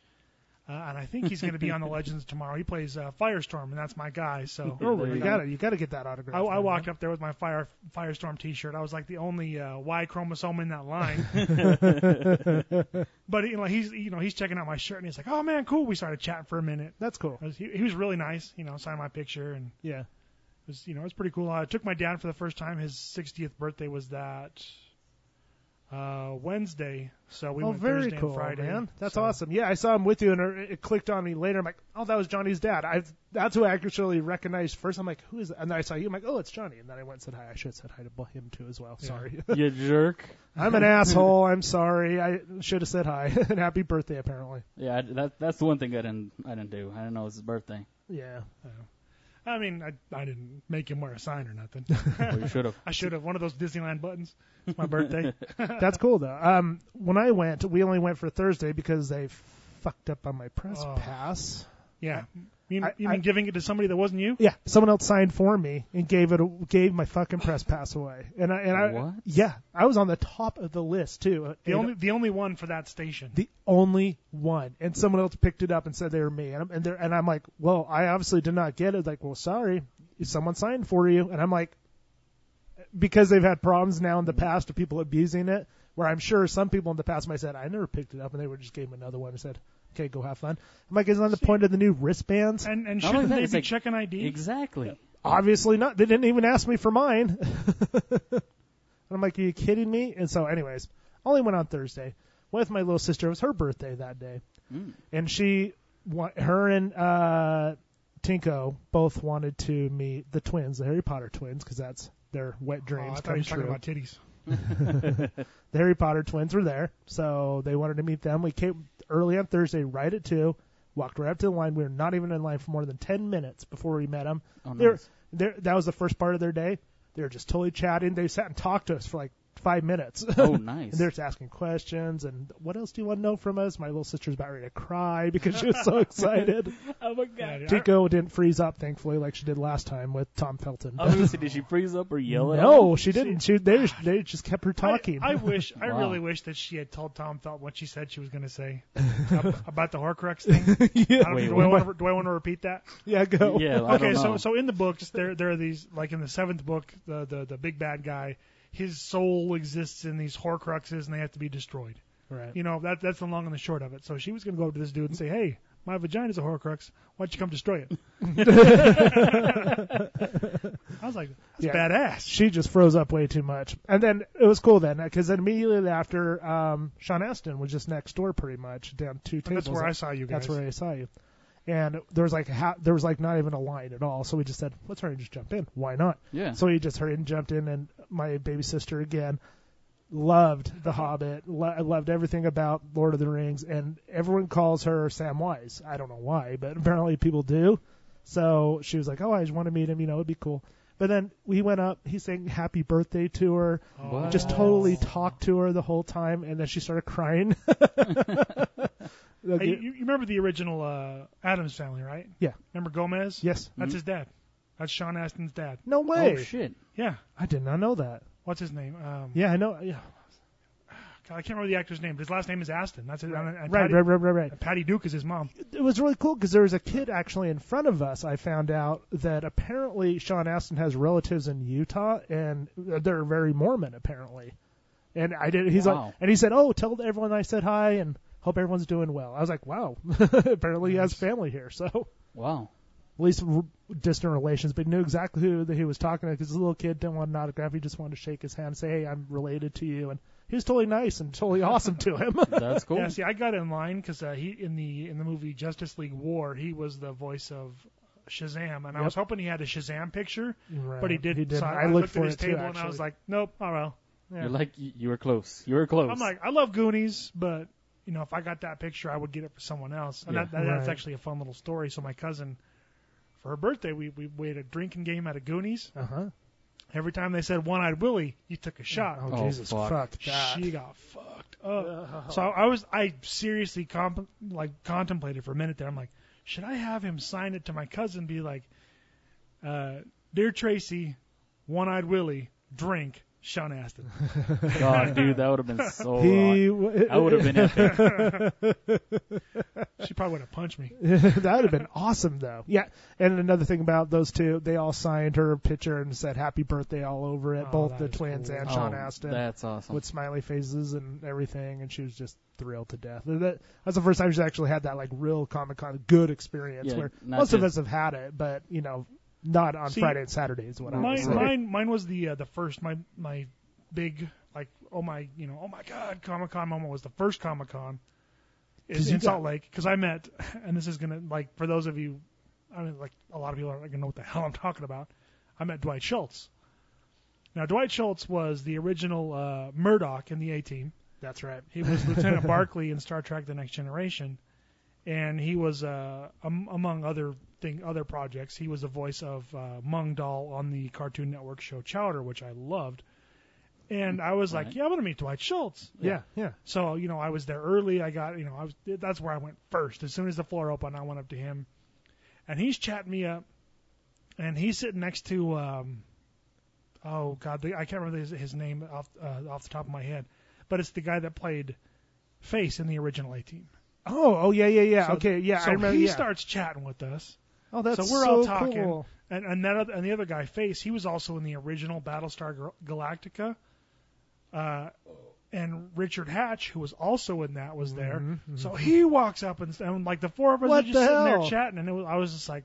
Speaker 1: uh, and I think he's going to be on the Legends tomorrow. He plays uh, Firestorm, and that's my guy. So
Speaker 3: Oh, you got to you got to get that autograph.
Speaker 1: I, I
Speaker 3: man.
Speaker 1: walked up there with my fire firestorm T-shirt. I was like the only uh, Y chromosome in that line. but you know, he's you know he's checking out my shirt and he's like, "Oh man, cool." We started chatting for a minute.
Speaker 3: That's cool.
Speaker 1: I was- He, he was really nice. You know, signed my picture and it
Speaker 3: Yeah.
Speaker 1: was you know it was pretty cool. I took my dad for the first time. His 60th birthday was that uh, Wednesday, so we
Speaker 3: oh,
Speaker 1: went
Speaker 3: very
Speaker 1: Thursday
Speaker 3: cool,
Speaker 1: and Friday.
Speaker 3: man. That's
Speaker 1: So-
Speaker 3: awesome. Yeah, I saw him with you, and it it clicked on me later. I'm like, oh, that was Johnny's dad. I that's who I actually recognized first. I'm like, who is that? And then I saw you. I'm like, oh, it's Johnny. And then I went and said hi. I should have said hi to bu- him too as well. Sorry,
Speaker 2: You jerk.
Speaker 3: I'm an asshole. I'm sorry. I should have said hi and happy birthday. Apparently,
Speaker 2: Yeah, I, that, that's the one thing I didn't I didn't do. I didn't know it was his birthday.
Speaker 3: yeah.
Speaker 1: I mean, I, Uh, I didn't make him wear a sign or nothing.
Speaker 2: Well, you should have.
Speaker 1: I should have one of those Disneyland buttons. It's my birthday.
Speaker 3: That's cool though. Um, when I went, we only went for Thursday because they fucked up on my press
Speaker 1: Oh.
Speaker 3: pass.
Speaker 1: Yeah. You,
Speaker 3: I-
Speaker 1: you
Speaker 3: I-
Speaker 1: mean giving it to somebody that wasn't you?
Speaker 3: Yeah, someone else signed for me and gave it gave my fucking press pass away. And I and I
Speaker 2: What?
Speaker 3: yeah, I was on the top of the list too.
Speaker 1: The
Speaker 3: And
Speaker 1: only the only one for that station.
Speaker 3: the only one, and someone else picked it up and said they were me. And I'm and, they're- and I'm like, well, I obviously did not get it. Like, well, sorry, someone signed for you. And I'm like, because they've had problems now in the past of people abusing it. Where I'm sure some people in the past might have said I never picked it up, and they would just gave them another one and said, okay, go have fun. I'm like, isn't that the point of the new wristbands?
Speaker 1: and and
Speaker 2: Not only
Speaker 1: shouldn't
Speaker 2: that,
Speaker 1: they
Speaker 2: it's
Speaker 1: be
Speaker 2: like-
Speaker 1: checking ID?
Speaker 2: Exactly.
Speaker 3: obviously not. They didn't even ask me for mine. and I'm like, are you kidding me? And so, anyways, only went on Thursday with my little sister. It was her birthday that day,
Speaker 1: Mm.
Speaker 3: and she, wa- her and uh, Tinko both wanted to meet the twins, the Harry Potter twins, because that's their wet
Speaker 1: Oh, I
Speaker 3: dreams
Speaker 1: thought you
Speaker 3: come
Speaker 1: were talking
Speaker 3: true.
Speaker 1: about titties.
Speaker 3: the Harry Potter twins were there, so they wanted to meet them. We came early on Thursday, right at two. Walked right up to the line. We were not even in line for more than ten minutes before we met them.
Speaker 2: Oh,
Speaker 3: They were-
Speaker 2: nice.
Speaker 3: they're- that was the first part of their day. They were just totally chatting. They sat and talked to us for like five minutes.
Speaker 2: Oh, nice.
Speaker 3: And they're just asking questions and what else do you want to know from us? My little sister's about ready to cry because she was so excited.
Speaker 2: oh my god.
Speaker 3: Tico didn't freeze up, thankfully, like she did last time with Tom Felton.
Speaker 2: I was gonna say, did she freeze up or yell at
Speaker 3: no,
Speaker 2: him?
Speaker 3: she didn't. She they they just kept her
Speaker 1: I,
Speaker 3: talking.
Speaker 1: I wish, I
Speaker 2: Wow.
Speaker 1: really wish that she had told Tom Felt what she said she was going to say ab- about the Horcrux thing. I don't,
Speaker 2: Wait,
Speaker 1: do, I
Speaker 2: what? Oh.
Speaker 1: want to, do I want to repeat that?
Speaker 3: yeah, go.
Speaker 2: Yeah. I
Speaker 1: Okay,
Speaker 2: don't
Speaker 1: so
Speaker 2: know.
Speaker 1: so in the books, there there are these like in the seventh book, the the the big bad guy, his soul exists in these Horcruxes, and they have to be destroyed.
Speaker 3: Right.
Speaker 1: You know, that that's the long and the short of it. So she was going to go up to this dude and say, "Hey, my vagina's a Horcrux. Why don't you come destroy it?" I was like, that's
Speaker 3: Yeah.
Speaker 1: badass.
Speaker 3: she just froze up way too much. And then it was cool then, because then immediately after, um, Sean Astin was just next door pretty much, down two
Speaker 1: And
Speaker 3: tables.
Speaker 1: that's where I saw you guys.
Speaker 3: That's where I saw you. And there was like a ha- there was like not even a line at all, so we just said, let's hurry and just jump in. Why not?
Speaker 2: Yeah.
Speaker 3: So we just hurried and jumped in, and my baby sister again loved The Hobbit, lo- loved everything about Lord of the Rings, and everyone calls her Samwise. I don't know why, but apparently people do. So she was like, "Oh, I just want to meet him. You know, it'd be cool." But then we went up. He sang "Happy Birthday" to her,
Speaker 2: What?
Speaker 3: just totally talked to her the whole time, and then she started crying. Like,
Speaker 1: Hey, you, you remember the original uh, Adams family, right?
Speaker 3: Yeah.
Speaker 1: Remember Gomez?
Speaker 3: Yes. Mm-hmm.
Speaker 1: That's his dad. That's Sean Astin's dad.
Speaker 3: No way.
Speaker 2: Oh shit.
Speaker 1: Yeah.
Speaker 3: I did not know that.
Speaker 1: What's his name? Um,
Speaker 3: Yeah, I know. Yeah.
Speaker 1: God, I can't remember the actor's name, but his last name is Aston. That's it. And- and
Speaker 3: Right,
Speaker 1: Patty,
Speaker 3: right, right, right, right.
Speaker 1: Patty Duke is his mom.
Speaker 3: It was really cool because there was a kid actually in front of us. I found out that apparently Sean Astin has relatives in Utah, and they're very Mormon apparently. And I did. He's
Speaker 2: Wow.
Speaker 3: like, and he said, "Oh, tell everyone I said hi and hope everyone's doing well." I was like, "Wow." apparently, he has family here, so
Speaker 2: Wow.
Speaker 3: at least r- distant relations, but he knew exactly who that he was talking to because the little kid didn't want an autograph. He just wanted to shake his hand, and say, "Hey, I'm related to you," and he was totally nice and totally awesome to him.
Speaker 2: That's cool.
Speaker 1: Yeah, see, I got in line because uh, he in the in the movie Justice League War, he was the voice of Shazam, and I was hoping he had a Shazam picture, but he
Speaker 3: Right.
Speaker 1: didn't.
Speaker 3: He didn't.
Speaker 1: So
Speaker 3: I
Speaker 1: I,
Speaker 3: looked
Speaker 1: at
Speaker 3: for
Speaker 1: his
Speaker 3: it too,
Speaker 1: table and I was
Speaker 3: actually.
Speaker 1: like, nope, oh well.
Speaker 2: You're like you, you were close. You were
Speaker 3: Oh
Speaker 2: close.
Speaker 1: I'm like, I love Goonies, but you know, if I got that picture, I would get it for someone else. And
Speaker 2: Yeah.
Speaker 1: that, that, that's
Speaker 3: Right.
Speaker 1: actually a fun little story. So my cousin, for her birthday, we we, we had a drinking game at a Goonies.
Speaker 3: Uh huh.
Speaker 1: Every time they said one-eyed Willie, you took a shot.
Speaker 3: Oh,
Speaker 2: Oh,
Speaker 3: Jesus,
Speaker 2: fuck.
Speaker 3: fuck, that. Oh.
Speaker 1: She got fucked up. So I was, I seriously comp- like contemplated for a minute there. I'm like, should I have him sign it to my cousin? Be like, uh, dear Tracy, one-eyed Willie, drink Sean Astin.
Speaker 2: God, dude, that would have been so.
Speaker 3: He
Speaker 2: hot.
Speaker 3: w-
Speaker 2: That would have been epic.
Speaker 1: she probably would have punched me.
Speaker 3: that would have been awesome though. Yeah. And another thing about those two, they all signed her picture and said happy birthday all over it,
Speaker 1: Oh,
Speaker 3: both
Speaker 1: that
Speaker 3: the
Speaker 1: is
Speaker 3: twins
Speaker 1: cool.
Speaker 3: and
Speaker 2: Oh,
Speaker 3: Sean Astin.
Speaker 2: That's awesome.
Speaker 3: with smiley faces and everything, and she was just thrilled to death. That, that's the first time she's actually had that like real Comic Con good experience,
Speaker 2: Yeah,
Speaker 3: where
Speaker 2: not
Speaker 3: most of us
Speaker 2: just-
Speaker 3: have had it, but you know, not on
Speaker 1: See,
Speaker 3: Friday and Saturday is what I was
Speaker 1: Mine,
Speaker 3: saying.
Speaker 1: mine, mine was the uh, the first. My my big like oh my you know oh my god Comic Con moment was the first Comic Con. Is
Speaker 3: you
Speaker 1: in Salt
Speaker 3: got-
Speaker 1: Lake because I met and this is gonna like for those of you, I mean like a lot of people aren't gonna know what the hell I'm talking about. I met Dwight Schultz. Now Dwight Schultz was the original uh, Murdoch in the A Team.
Speaker 3: That's right.
Speaker 1: He was Lieutenant Barclay in Star Trek: The Next Generation, and he was uh, am- among other thing other projects. He was the voice of uh, Mung Doll on the Cartoon Network show Chowder, which I loved. And I was like, yeah, I'm gonna meet Dwight Schultz.
Speaker 3: Yeah, yeah.
Speaker 1: So you know, I was there early. I got you know, I was that's where I went first. As soon as the floor opened, I went up to him, and he's chatting me up, and he's sitting next to um, oh god, the, I can't remember his, his name off uh, off the top of my head, but it's the guy that played Face in the original A Team.
Speaker 3: Oh, oh yeah, yeah, yeah.
Speaker 1: So-
Speaker 3: okay, yeah.
Speaker 1: So
Speaker 3: I remember.
Speaker 1: he
Speaker 3: yeah.
Speaker 1: starts chatting with us.
Speaker 3: Oh, that's
Speaker 1: so we're all
Speaker 3: so
Speaker 1: talking,
Speaker 3: cool.
Speaker 1: and and that other, and the other guy, Face, he was also in the original Battlestar Gal- Galactica. Uh, and Richard Hatch, who was also in that, was there. So he walks up and, and like the four of us
Speaker 3: Mm-hmm, What
Speaker 1: are just
Speaker 3: the
Speaker 1: sitting there
Speaker 3: hell?
Speaker 1: chatting, and it was, I was just like,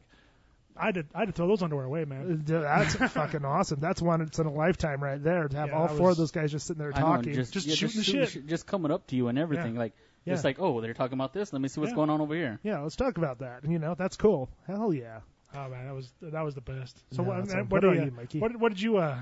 Speaker 1: I had to I had to throw those underwear away, man.
Speaker 3: Dude, That's fucking awesome. That's one it's in a lifetime right there to have
Speaker 1: Yeah,
Speaker 3: all
Speaker 1: I
Speaker 3: four
Speaker 1: was-
Speaker 3: of those guys just sitting there
Speaker 2: I know, and
Speaker 3: talking.
Speaker 2: just,
Speaker 1: Just
Speaker 2: yeah,
Speaker 1: shooting the
Speaker 2: shooting
Speaker 1: shit.
Speaker 2: shit, just coming up to you and everything.
Speaker 1: Yeah.
Speaker 2: Like,
Speaker 3: Yeah.
Speaker 2: just like, oh, they're talking about this. Let me see what's
Speaker 1: Yeah.
Speaker 2: going on over here.
Speaker 3: yeah, let's talk about that. You know, that's cool. Hell yeah.
Speaker 1: Oh man, that was that was the best. So
Speaker 3: Yeah,
Speaker 1: what,
Speaker 3: that's
Speaker 1: uh,
Speaker 3: awesome.
Speaker 1: what,
Speaker 3: What
Speaker 1: do
Speaker 3: about
Speaker 1: you,
Speaker 3: you, Mikey?
Speaker 1: What, did- what did you uh?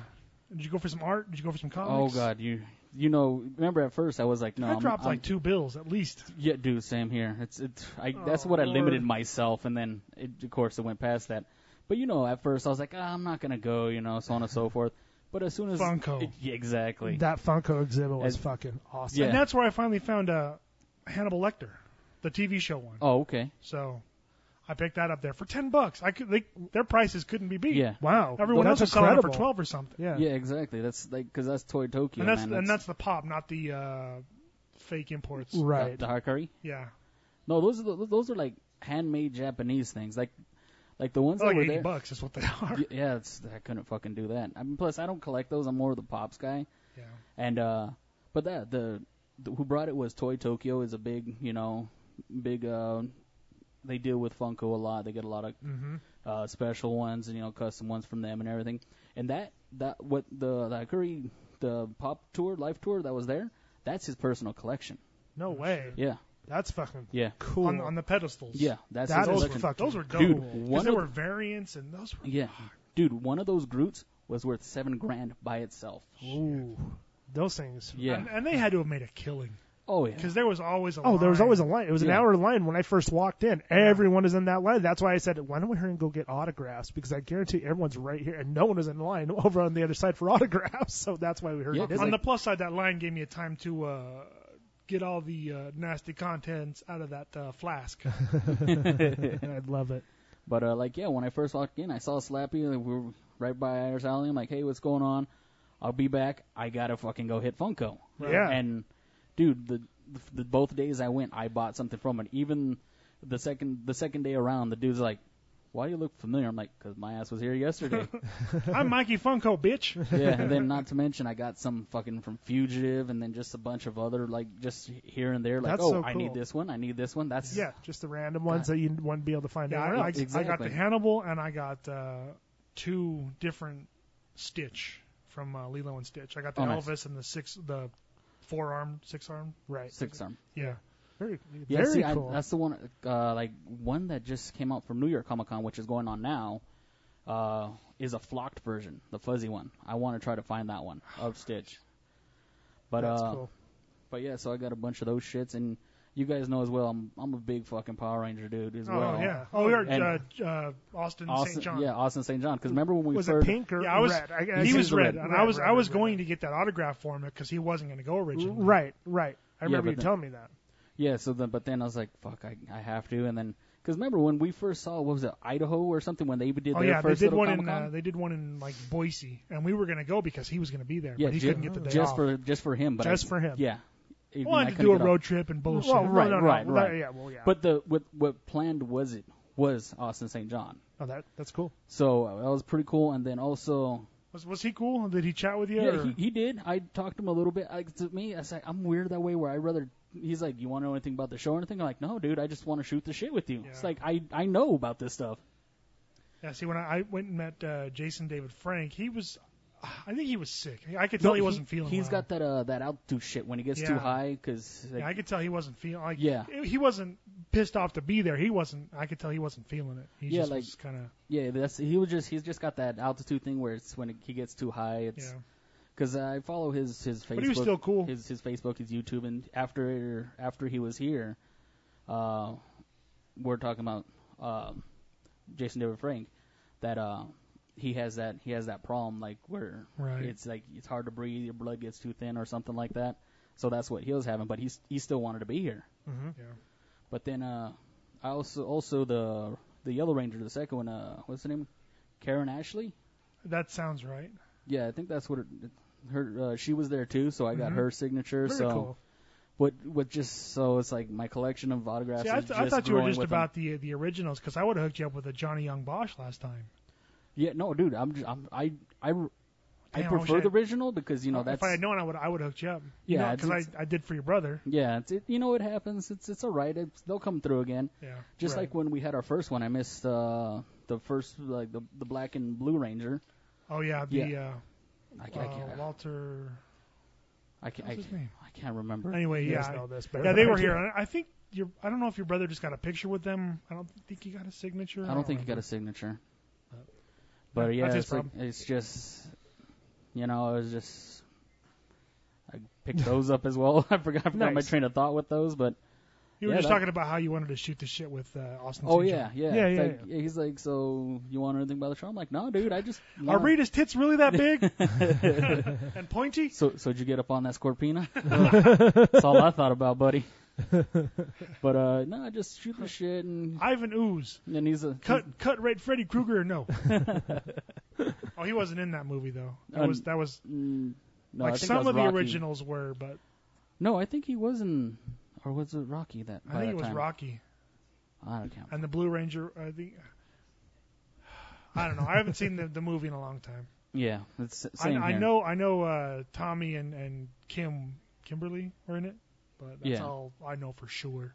Speaker 1: Did you go for some art? Did you go for some
Speaker 2: Oh
Speaker 1: comics?
Speaker 2: god, you, you know, remember at first I was like, no,
Speaker 1: I
Speaker 2: I'm-
Speaker 1: dropped
Speaker 2: Um, I'm-
Speaker 1: like two bills at least.
Speaker 2: Yeah, dude, same here. It's it's I that's what I
Speaker 1: Oh, Lord.
Speaker 2: limited myself and then it, of course it went past that. But you know, at first I was like, ah, I'm not gonna go, you know, so on and so forth. But as soon as
Speaker 1: Funko.
Speaker 2: it- yeah, exactly.
Speaker 3: That Funko exhibit was
Speaker 2: And-
Speaker 3: fucking awesome.
Speaker 2: yeah.
Speaker 1: And that's where I finally found uh, Hannibal Lecter, the TV show one.
Speaker 2: oh, okay.
Speaker 1: So I picked that up there for ten bucks. I could they, their prices couldn't be beat.
Speaker 2: Yeah.
Speaker 3: Wow.
Speaker 1: Everyone
Speaker 3: that's
Speaker 1: else is selling it
Speaker 3: incredible.
Speaker 1: for twelve or something.
Speaker 3: Yeah.
Speaker 2: Yeah, exactly. That's like because that's Toy Tokyo,
Speaker 1: and that's
Speaker 2: man.
Speaker 1: and that's the pop, not the uh, fake imports.
Speaker 3: Right.
Speaker 2: the, the Hakari.
Speaker 1: Yeah,
Speaker 2: No, those are the, those are like handmade Japanese things, like like the ones
Speaker 1: They're Oh, like
Speaker 2: that were
Speaker 1: eighty
Speaker 2: there.
Speaker 1: bucks is what they are.
Speaker 2: Y- Yeah, it's, I couldn't fucking do that. I mean, plus I don't collect those. I'm more of the pops guy.
Speaker 1: Yeah.
Speaker 2: And uh, but that the, the who brought it was Toy Tokyo is a big you know big uh, they
Speaker 1: Mm-hmm.
Speaker 2: deal with Funko a lot. They get a lot of uh, special ones and you know custom ones from them and everything. And that that what the the Curry the pop tour live tour that was there, that's his personal collection.
Speaker 1: No way.
Speaker 2: Yeah,
Speaker 1: That's fucking
Speaker 2: yeah,
Speaker 1: cool.
Speaker 3: on, on the pedestals.
Speaker 2: yeah. That's
Speaker 1: That is
Speaker 2: his
Speaker 3: those
Speaker 2: collection.
Speaker 3: were,
Speaker 1: fucking-
Speaker 3: those were dope.
Speaker 2: Dude,
Speaker 3: 'Cause
Speaker 2: one
Speaker 3: there
Speaker 2: of-
Speaker 3: were variants, and those were
Speaker 2: Yeah, dude, one of those Groots was worth seven grand by itself.
Speaker 1: Ooh, those things.
Speaker 2: Yeah.
Speaker 3: And, and they had to have made a killing
Speaker 2: Oh yeah.
Speaker 3: because there was always a.
Speaker 1: Oh, there was always a line. It was an
Speaker 2: Yeah.
Speaker 1: hour line when I first walked in. Everyone is in that line. That's why I said, why don't we hurry and go get autographs? Because I guarantee everyone's right here, and no one is in line over on the other side for autographs. So that's why we hurried.
Speaker 2: Yeah,
Speaker 1: and did
Speaker 2: it's
Speaker 3: On
Speaker 1: it.
Speaker 2: like-
Speaker 3: the plus side, that line gave me a time to uh, get all the uh, nasty contents out of that uh, flask.
Speaker 1: I'd love it.
Speaker 2: But uh, like yeah, when I first walked in, I saw Slappy. Like, we were right by Irish Alley. I'm like, hey, what's going on? I'll be back. I gotta fucking go hit Funko.
Speaker 1: Yeah.
Speaker 2: And dude, the, the both days I went, I bought something from it. Even the second the second day around, the dude's like, why do you look familiar? I'm like, cause my ass was here yesterday.
Speaker 3: I'm Mikey Funko, bitch.
Speaker 2: yeah. And then not to mention, I got some fucking from Fugitive, and then just a bunch of other like just here and there. Like,
Speaker 1: That's
Speaker 2: oh,
Speaker 1: so
Speaker 2: I
Speaker 1: cool.
Speaker 2: need this one. I need this one. That's
Speaker 1: Yeah, just the random ones that you wouldn't be able to find
Speaker 3: Yeah,
Speaker 1: anywhere
Speaker 3: I, I,
Speaker 1: else.
Speaker 3: I got the
Speaker 2: Exactly.
Speaker 3: Hannibal and I got uh, two different Stitch from uh, Lilo and Stitch. I got the
Speaker 2: Oh, nice.
Speaker 3: Elvis and the six, the four arm, six arm.
Speaker 1: Right.
Speaker 2: six arm.
Speaker 3: Yeah.
Speaker 1: Very,
Speaker 2: Yeah,
Speaker 1: very
Speaker 2: see,
Speaker 1: cool.
Speaker 2: I, that's the one, uh, like one that just came out from New York Comic Con, which is going on now, uh, is a flocked version, the fuzzy one. I want to try to find that one of Stitch. But
Speaker 1: That's
Speaker 2: uh,
Speaker 1: cool.
Speaker 2: but yeah, so I got a bunch of those shits, and you guys know as well, I'm I'm a big fucking Power Ranger dude as
Speaker 3: Oh
Speaker 2: well.
Speaker 3: yeah. Oh, we are
Speaker 2: And-
Speaker 3: uh, uh, Austin,
Speaker 2: Austin,
Speaker 3: St. John.
Speaker 2: yeah, Austin St. John. Because remember when we
Speaker 1: Was it
Speaker 2: first,
Speaker 1: pink or
Speaker 3: Yeah, I was.
Speaker 1: red? I, I
Speaker 3: he
Speaker 1: see
Speaker 3: was
Speaker 1: the
Speaker 3: red, and I was.
Speaker 1: red,
Speaker 3: I was
Speaker 1: red,
Speaker 3: going
Speaker 1: red.
Speaker 3: to get that autograph for him because he wasn't going to go originally.
Speaker 1: Right, right. I remember
Speaker 2: but
Speaker 1: you
Speaker 2: the-
Speaker 1: telling me that.
Speaker 2: Yeah, so then, but then I was like, fuck, I, I have to. And then, because remember when we first saw, what was it, Idaho or something, when they even did
Speaker 3: Oh
Speaker 2: their
Speaker 3: yeah, they
Speaker 2: first
Speaker 3: did
Speaker 2: little
Speaker 3: one in.
Speaker 2: Comic-Con?
Speaker 3: Uh, they did one in like Boise, and we were going to go because he was going to be there,
Speaker 2: yeah,
Speaker 3: but he
Speaker 2: ju-
Speaker 3: couldn't get the day
Speaker 2: just
Speaker 3: off.
Speaker 2: for just for him, but I-
Speaker 1: Just for him.
Speaker 2: Yeah, Even
Speaker 3: wanted to
Speaker 2: couldn't
Speaker 3: do a
Speaker 2: get off.
Speaker 3: road trip and bullshit.
Speaker 1: Well,
Speaker 2: Right,
Speaker 1: no, no,
Speaker 2: right,
Speaker 1: no.
Speaker 2: right.
Speaker 1: Yeah, well, yeah.
Speaker 2: But the what what planned was it was Austin St. John,
Speaker 1: oh, that that's cool.
Speaker 2: so uh, that was pretty cool. And then also,
Speaker 3: was, was he cool? Did he chat with you?
Speaker 2: yeah,
Speaker 3: or-
Speaker 2: he, he did. I talked to him a little bit. Like to me, I was like, I'm weird that way. Where I rather he's like, you want to know anything about the show or anything? I'm like, no, dude, I just want to shoot the shit with you. It's
Speaker 3: Yeah.
Speaker 2: like I I know about this stuff.
Speaker 3: Yeah, see, when I, I went and met uh, Jason David Frank, he was, I think he was sick. I could tell he, wasn't feeling.
Speaker 2: He's
Speaker 3: well.
Speaker 2: got that uh that altitude shit when he gets too
Speaker 3: Yeah.
Speaker 2: high because like,
Speaker 3: Yeah, I could tell he wasn't feeling. Like,
Speaker 2: Yeah.
Speaker 3: he- he wasn't pissed off to be there. He wasn't. I could tell he wasn't feeling it. He
Speaker 2: Yeah,
Speaker 3: just
Speaker 2: like-
Speaker 3: was kind of.
Speaker 2: yeah, that's he was just he's just got that altitude thing where it's when he gets too high,
Speaker 3: Yeah,
Speaker 2: it's because I follow his his Facebook.
Speaker 3: he was still cool.
Speaker 2: His his Facebook, his YouTube, and after after he was here, uh, we're talking about uh, Jason David Frank that uh he has that he has that problem like where
Speaker 3: Right.
Speaker 2: it's like it's hard to breathe, your blood gets too thin or something like that. So that's what he was having, but he's he still wanted to be here.
Speaker 3: yeah.
Speaker 2: But then uh, I also also the the Yellow Ranger, the second one, uh, what's the name? Karen Ashley.
Speaker 3: That sounds right.
Speaker 2: Yeah, I think that's what it, her uh, she was there too, so I got
Speaker 3: Mm-hmm.
Speaker 2: her signature.
Speaker 1: Very
Speaker 2: so
Speaker 1: cool.
Speaker 2: what what just so it's like my collection of autographs.
Speaker 3: See,
Speaker 2: is
Speaker 3: I,
Speaker 2: just
Speaker 3: th- I thought you were
Speaker 2: growing
Speaker 3: just
Speaker 2: with
Speaker 3: about
Speaker 2: Them.
Speaker 3: the the originals because I would have hooked you up with a Johnny Young Bosch last time.
Speaker 2: Yeah, no, dude, I'm just, I'm I I. I
Speaker 3: Damn, I wish
Speaker 2: prefer
Speaker 3: I
Speaker 2: the
Speaker 3: had-
Speaker 2: original because you know that's
Speaker 3: if I had known, I would I would have hooked you up. You
Speaker 2: Yeah, Mm.
Speaker 3: because
Speaker 2: it's-
Speaker 3: I, I did for your brother.
Speaker 2: yeah it's, it, you know it happens it's it's all right it's, they'll come through again
Speaker 3: Yeah,
Speaker 2: just
Speaker 3: right.
Speaker 2: like when we had our first one I missed uh, the first like the the black and blue ranger
Speaker 3: Oh yeah, the
Speaker 2: Yeah. I,
Speaker 3: Uh,
Speaker 2: ca- I
Speaker 3: uh,
Speaker 2: can't
Speaker 3: Walter.
Speaker 2: I can't, I,
Speaker 3: what's his name?
Speaker 2: I can't remember
Speaker 3: Anyway,
Speaker 1: You
Speaker 3: yeah,
Speaker 1: guys know this better
Speaker 3: yeah,
Speaker 1: than
Speaker 3: they
Speaker 1: I
Speaker 3: were
Speaker 1: do.
Speaker 3: here. And I think your I don't know if your brother just got a picture with them. I don't think he got a signature.
Speaker 2: I don't think he got a signature. But yeah,
Speaker 3: that's Uh, his
Speaker 2: it's, like, it's just, you know, I was just, I picked those up as well. I forgot, I forgot my
Speaker 1: Nice.
Speaker 2: train of thought with those, but
Speaker 3: You were
Speaker 2: Yeah,
Speaker 3: just
Speaker 2: that-
Speaker 3: talking about how you wanted to shoot the shit with uh, Austin.
Speaker 2: oh
Speaker 3: St.
Speaker 2: yeah,
Speaker 3: John.
Speaker 2: yeah,
Speaker 1: Yeah,
Speaker 2: It's
Speaker 1: yeah,
Speaker 2: like, he's like, so you want anything about the show? I'm like, no, dude, I just.
Speaker 3: Are
Speaker 2: wanna-
Speaker 3: Rita's tits really that big and pointy?
Speaker 2: So, so did you get up on that Scorpina? That's all I thought about, buddy. but uh no, I just shoot the shit, and
Speaker 3: Ivan Ooze,
Speaker 2: and he's a
Speaker 3: cut cut rate Freddy Krueger. No. oh, he wasn't in that movie though. That
Speaker 2: Um,
Speaker 3: was that was
Speaker 2: no, I
Speaker 3: like
Speaker 2: think that
Speaker 3: some
Speaker 2: was
Speaker 3: of the
Speaker 2: Rocky.
Speaker 3: originals were, but
Speaker 2: No, I think he was in, or was it Rocky that?
Speaker 3: I
Speaker 2: by
Speaker 3: think
Speaker 2: that
Speaker 3: it was
Speaker 2: time?
Speaker 3: Rocky
Speaker 2: I don't count.
Speaker 3: and the Blue Ranger. I think. I don't know. I haven't seen the, the movie in a long time.
Speaker 2: Yeah, it's
Speaker 3: I,
Speaker 2: same
Speaker 3: I
Speaker 2: here.
Speaker 3: know, I know. Uh, Tommy and and Kim Kimberly were in it, but that's
Speaker 2: Yeah.
Speaker 3: all I know for sure.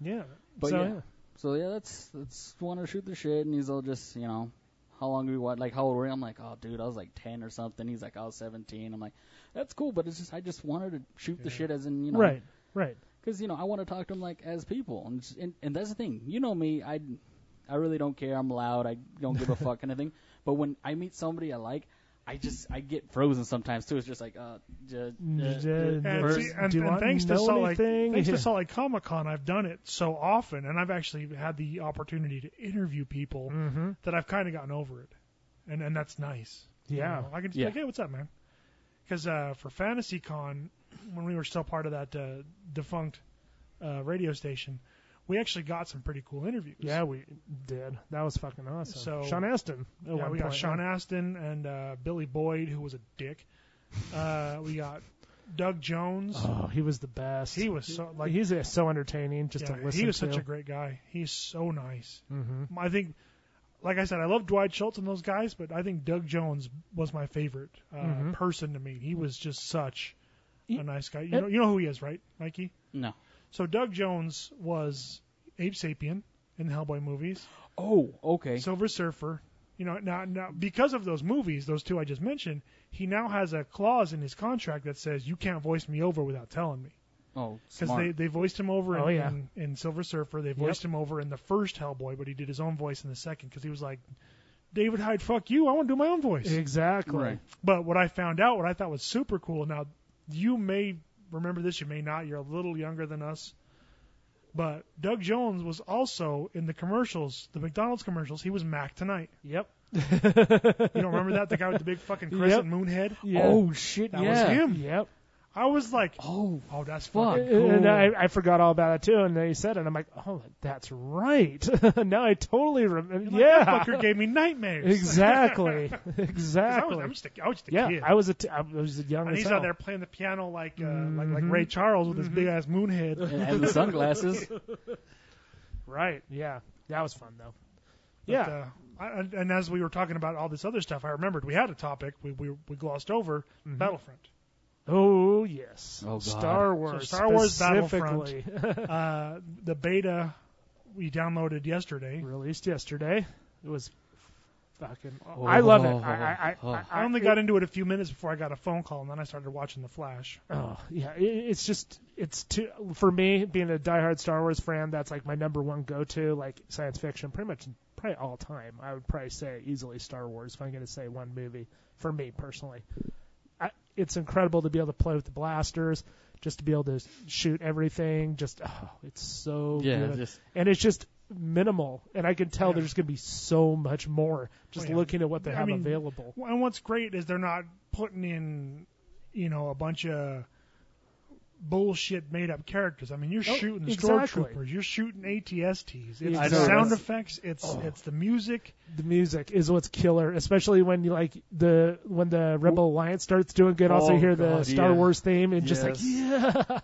Speaker 1: Yeah.
Speaker 2: But
Speaker 1: so,
Speaker 3: um,
Speaker 2: yeah. So yeah, that's that's want to shoot the shit, and he's all just you know, how long have you watched? Like, how old were you? I'm like, oh, dude, I was like 10 or something. He's like, I was 17. I'm like, that's cool, but it's just, I just wanted to shoot the shit as in, you know,
Speaker 3: Right. Right.
Speaker 2: because you know I want to talk to them like as people, and s- and, and that's the thing. You know me, I I really don't care. I'm loud. I don't give a fuck kind of thing. But when I meet somebody I like, I just I get frozen sometimes too. It's just like uh, j-
Speaker 3: j-
Speaker 1: And,
Speaker 3: First,
Speaker 1: see, and,
Speaker 3: do you
Speaker 1: and
Speaker 3: want
Speaker 1: thanks
Speaker 3: to
Speaker 1: to
Speaker 3: know
Speaker 1: Salt Lake,
Speaker 3: anything?
Speaker 1: thanks
Speaker 3: Yeah.
Speaker 1: to Salt Lake Comic Con, I've done it so often, and I've actually had the opportunity to interview people
Speaker 3: Mm-hmm.
Speaker 1: that I've kind of gotten over it, and and that's nice.
Speaker 3: Yeah.
Speaker 1: You know, I can just
Speaker 2: Yeah.
Speaker 1: be like, hey, what's up, man? Because uh, for Fantasy Con, when we were still part of that uh, defunct uh, radio station, we actually got some pretty cool interviews.
Speaker 3: Yeah, we did. That was fucking awesome.
Speaker 1: So-
Speaker 3: Sean Astin. at
Speaker 1: Yeah,
Speaker 3: one
Speaker 1: we got
Speaker 3: point.
Speaker 1: Sean Astin and uh, Billy Boyd, who was a dick. Uh, we got Doug Jones.
Speaker 3: Oh, he was the best.
Speaker 1: He was so like
Speaker 3: he's uh, so entertaining just
Speaker 1: yeah,
Speaker 3: to listen
Speaker 1: he was
Speaker 3: to.
Speaker 1: such a great guy. He's so nice. Mm-hmm. I think, like I said, I love Dwight Schultz and those guys, but I think Doug Jones was my favorite uh,
Speaker 3: Mm-hmm.
Speaker 1: person to meet. He was just such a nice guy. You know, you know who he is, right, Mikey?
Speaker 2: no.
Speaker 1: So Doug Jones was Ape Sapien in the Hellboy movies,
Speaker 2: Oh, okay.
Speaker 1: Silver Surfer. You know, now now because of those movies, those two I just mentioned, he now has a clause in his contract that says you can't voice me over without telling me.
Speaker 2: oh,
Speaker 1: Because
Speaker 2: smart.
Speaker 1: they, they voiced him over in,
Speaker 3: Oh, yeah.
Speaker 1: in, in Silver Surfer. They voiced him over in the first Hellboy, but he did his own voice in the second because he was like, David Hyde, fuck you. I want to do my own voice.
Speaker 3: exactly.
Speaker 2: Right.
Speaker 1: But what I found out, what I thought was super cool. Now, you may remember this, you may not. You're a little younger than us. But Doug Jones was also in the commercials, the McDonald's commercials. He was Mac Tonight.
Speaker 3: Yep.
Speaker 1: You don't remember that? The guy with the big fucking crescent
Speaker 3: Yep.
Speaker 1: moon head?
Speaker 3: Yeah.
Speaker 2: Oh shit,
Speaker 1: That was
Speaker 2: yeah.
Speaker 1: him.
Speaker 3: Yep.
Speaker 1: I was like,
Speaker 2: Oh,
Speaker 1: oh, that's
Speaker 2: fuck.
Speaker 1: fucking
Speaker 3: And I, I forgot all about it too. And they said it. I'm like, oh, that's right. now I totally remember.
Speaker 1: Like,
Speaker 3: yeah.
Speaker 1: That fucker gave me nightmares.
Speaker 3: exactly.
Speaker 1: 'Cause I
Speaker 3: exactly.
Speaker 1: was, I'm just a, I was just a
Speaker 3: yeah,
Speaker 1: kid.
Speaker 3: I was a t- I was a young.
Speaker 1: and
Speaker 3: as
Speaker 1: he's
Speaker 3: hell.
Speaker 1: out there playing the piano like uh, like like Ray Charles with his big ass moon head.
Speaker 2: and the sunglasses.
Speaker 3: Right. Yeah. That was fun though.
Speaker 1: But,
Speaker 3: yeah.
Speaker 1: uh, I, and- and as we were talking about all this other stuff, I remembered we had a topic we we, we glossed over Battlefront.
Speaker 3: oh yes.
Speaker 2: Oh, God.
Speaker 3: Star Wars.
Speaker 1: Star Wars Battlefront.
Speaker 3: specifically
Speaker 1: Uh, the beta we downloaded yesterday.
Speaker 3: released yesterday. It was fucking.
Speaker 2: Oh,
Speaker 3: I love it. I, I, I,
Speaker 1: I only got into it a few minutes before I got a phone call, and then I started watching The Flash.
Speaker 3: Oh yeah, it, it's just it's too for me being a diehard Star Wars fan. That's like my number one go-to, like science fiction, pretty much probably all time. I would probably say easily Star Wars if I'm going to say one movie for me personally. I, it's incredible to be able to play with the blasters, just to be able to shoot everything. Just oh, it's so
Speaker 2: Yeah,
Speaker 3: good.
Speaker 2: just-
Speaker 3: and it's just minimal, and I can tell there's going to be so much more just
Speaker 1: Oh, yeah.
Speaker 3: looking at what they
Speaker 1: I
Speaker 3: have
Speaker 1: mean,
Speaker 3: available.
Speaker 1: And what's great is they're not putting in, you know, a bunch of bullshit made up characters. I mean, you're shooting
Speaker 3: exactly.
Speaker 1: stormtroopers, you're shooting ATSTs. It's
Speaker 3: I
Speaker 1: the
Speaker 3: know, Oh.
Speaker 1: sound
Speaker 3: that's-
Speaker 1: effects, it's it's the music.
Speaker 3: the music is what's killer, especially when you like the when the Rebel Alliance starts doing good. Also
Speaker 2: Oh,
Speaker 3: hear the
Speaker 2: God,
Speaker 3: Star
Speaker 2: yeah.
Speaker 3: Wars theme and just like
Speaker 2: Yes.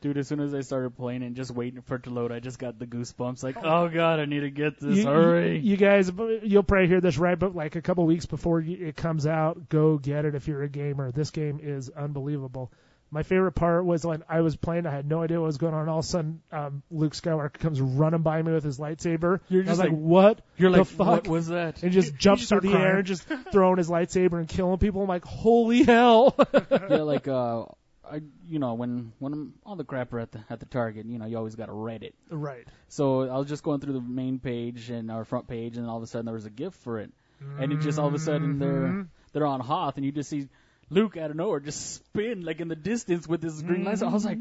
Speaker 2: Dude, as soon as I started playing and just waiting for it to load, I just got the goosebumps. Like, oh god, I need to get this.
Speaker 3: you,
Speaker 2: Hurry!
Speaker 3: you guys, you'll probably hear this right, but like a couple weeks before you- it comes out, go get it if you're a gamer. This game is unbelievable. My favorite part was when I was playing, I had no idea what was going on. All of a sudden, um, Luke Skywalker comes running by me with his lightsaber.
Speaker 2: You're
Speaker 3: I was
Speaker 2: just
Speaker 3: like,
Speaker 2: like-
Speaker 3: "What?
Speaker 2: You're
Speaker 3: the
Speaker 2: like,
Speaker 3: fuck
Speaker 2: what was that?
Speaker 3: And just jumps through
Speaker 1: start
Speaker 3: the air
Speaker 1: crying.
Speaker 3: and just throwing his lightsaber and killing people. I'm like, "Holy hell!"
Speaker 2: yeah, like uh, I, you know, when when all the crap are at the at the Target, you know, you always got to Reddit.
Speaker 3: right.
Speaker 2: So I was just going through the main page and our front page, and all of a sudden there was a gift for it, and it just all of a sudden they're they're on Hoth, and you just see Luke out of nowhere just spin like in the distance with his green lightsaber. I was like,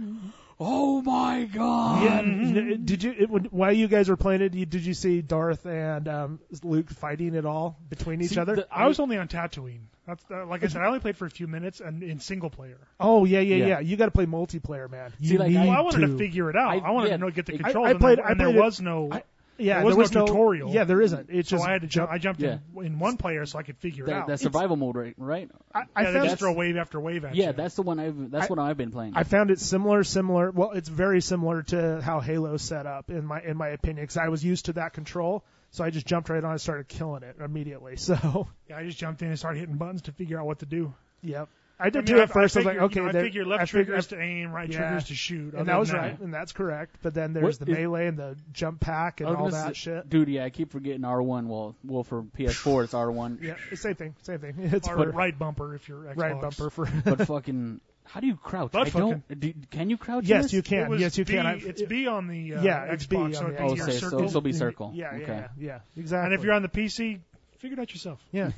Speaker 2: oh my god!
Speaker 3: Yeah,
Speaker 1: Um,
Speaker 3: n- did you it, when, while you guys were playing it? you- Did you see Darth and um, Luke fighting at all between each
Speaker 2: See,
Speaker 3: other?
Speaker 2: the-
Speaker 1: I was only on Tatooine. That's uh, like I said, I only played for a few minutes and in single player.
Speaker 3: oh yeah, yeah, yeah.
Speaker 2: Yeah.
Speaker 3: You got to play multiplayer, man. You
Speaker 2: See, like,
Speaker 3: need
Speaker 2: I-
Speaker 1: Well, I wanted to
Speaker 3: to.
Speaker 1: figure it out. I,
Speaker 2: I-
Speaker 1: wanted
Speaker 2: yeah,
Speaker 1: to know get the
Speaker 2: I-
Speaker 1: controls.
Speaker 3: I
Speaker 1: and
Speaker 3: played-
Speaker 1: there-
Speaker 3: I
Speaker 1: and
Speaker 3: played
Speaker 1: there
Speaker 3: it-
Speaker 1: was no.
Speaker 3: I- yeah,
Speaker 1: there was no
Speaker 3: no
Speaker 1: tutorial.
Speaker 3: Yeah, there isn't. It's
Speaker 1: so
Speaker 3: just
Speaker 1: I had to jump. I jumped
Speaker 2: Yeah.
Speaker 1: in, in one player so I could figure it
Speaker 2: That,
Speaker 1: out.
Speaker 2: that survival mode, right? right?
Speaker 3: I, I
Speaker 1: yeah, they
Speaker 3: found
Speaker 1: just throw wave after wave at you.
Speaker 2: Yeah, that's the one I've that's what I've been playing.
Speaker 3: I found it similar, similar. Well, it's very similar to how Halo's set up in my in my opinion, because I was used to that control, so I just jumped right on and started killing it immediately. So,
Speaker 1: Yeah, I just jumped in and started hitting buttons to figure out what to do.
Speaker 3: yep. I did
Speaker 1: mean,
Speaker 3: too
Speaker 1: I-
Speaker 3: at first. I,
Speaker 1: I
Speaker 3: was like,
Speaker 1: figured,
Speaker 3: okay,
Speaker 1: you know, I
Speaker 3: there-
Speaker 1: figure left
Speaker 3: I figured-
Speaker 1: triggers to aim, right
Speaker 3: yeah.
Speaker 1: triggers to shoot.
Speaker 3: and
Speaker 1: Other
Speaker 3: that was
Speaker 1: than
Speaker 3: right, and that's correct. But then there's
Speaker 2: What
Speaker 3: the
Speaker 2: is-
Speaker 3: melee and the jump pack and
Speaker 2: I was
Speaker 3: all
Speaker 2: gonna
Speaker 3: that
Speaker 2: say-
Speaker 3: shit.
Speaker 2: Dude, yeah, I keep forgetting R1. Well, well, for PS4 it's R1.
Speaker 3: Yeah, same thing, same thing. It's
Speaker 1: Or
Speaker 3: for
Speaker 1: right bumper if you're Xbox.
Speaker 3: right bumper for.
Speaker 2: But fucking, how do you crouch?
Speaker 1: Butt
Speaker 2: I don't. Do, can you crouch? in
Speaker 3: yes,
Speaker 2: this?
Speaker 3: you
Speaker 1: It
Speaker 3: can.
Speaker 1: was
Speaker 3: Yes, you
Speaker 1: B,
Speaker 3: can. I-
Speaker 1: It's B on the uh,
Speaker 3: Yeah,
Speaker 1: Xbox,
Speaker 3: it's B on
Speaker 1: so
Speaker 3: the
Speaker 1: it'd be
Speaker 3: Xbox.
Speaker 2: Oh,
Speaker 1: your
Speaker 2: so, so
Speaker 1: circle.
Speaker 2: this will be circle.
Speaker 3: Yeah,
Speaker 2: okay.
Speaker 3: yeah, yeah, exactly.
Speaker 1: And if you're on the PC, figure it out yourself.
Speaker 3: yeah,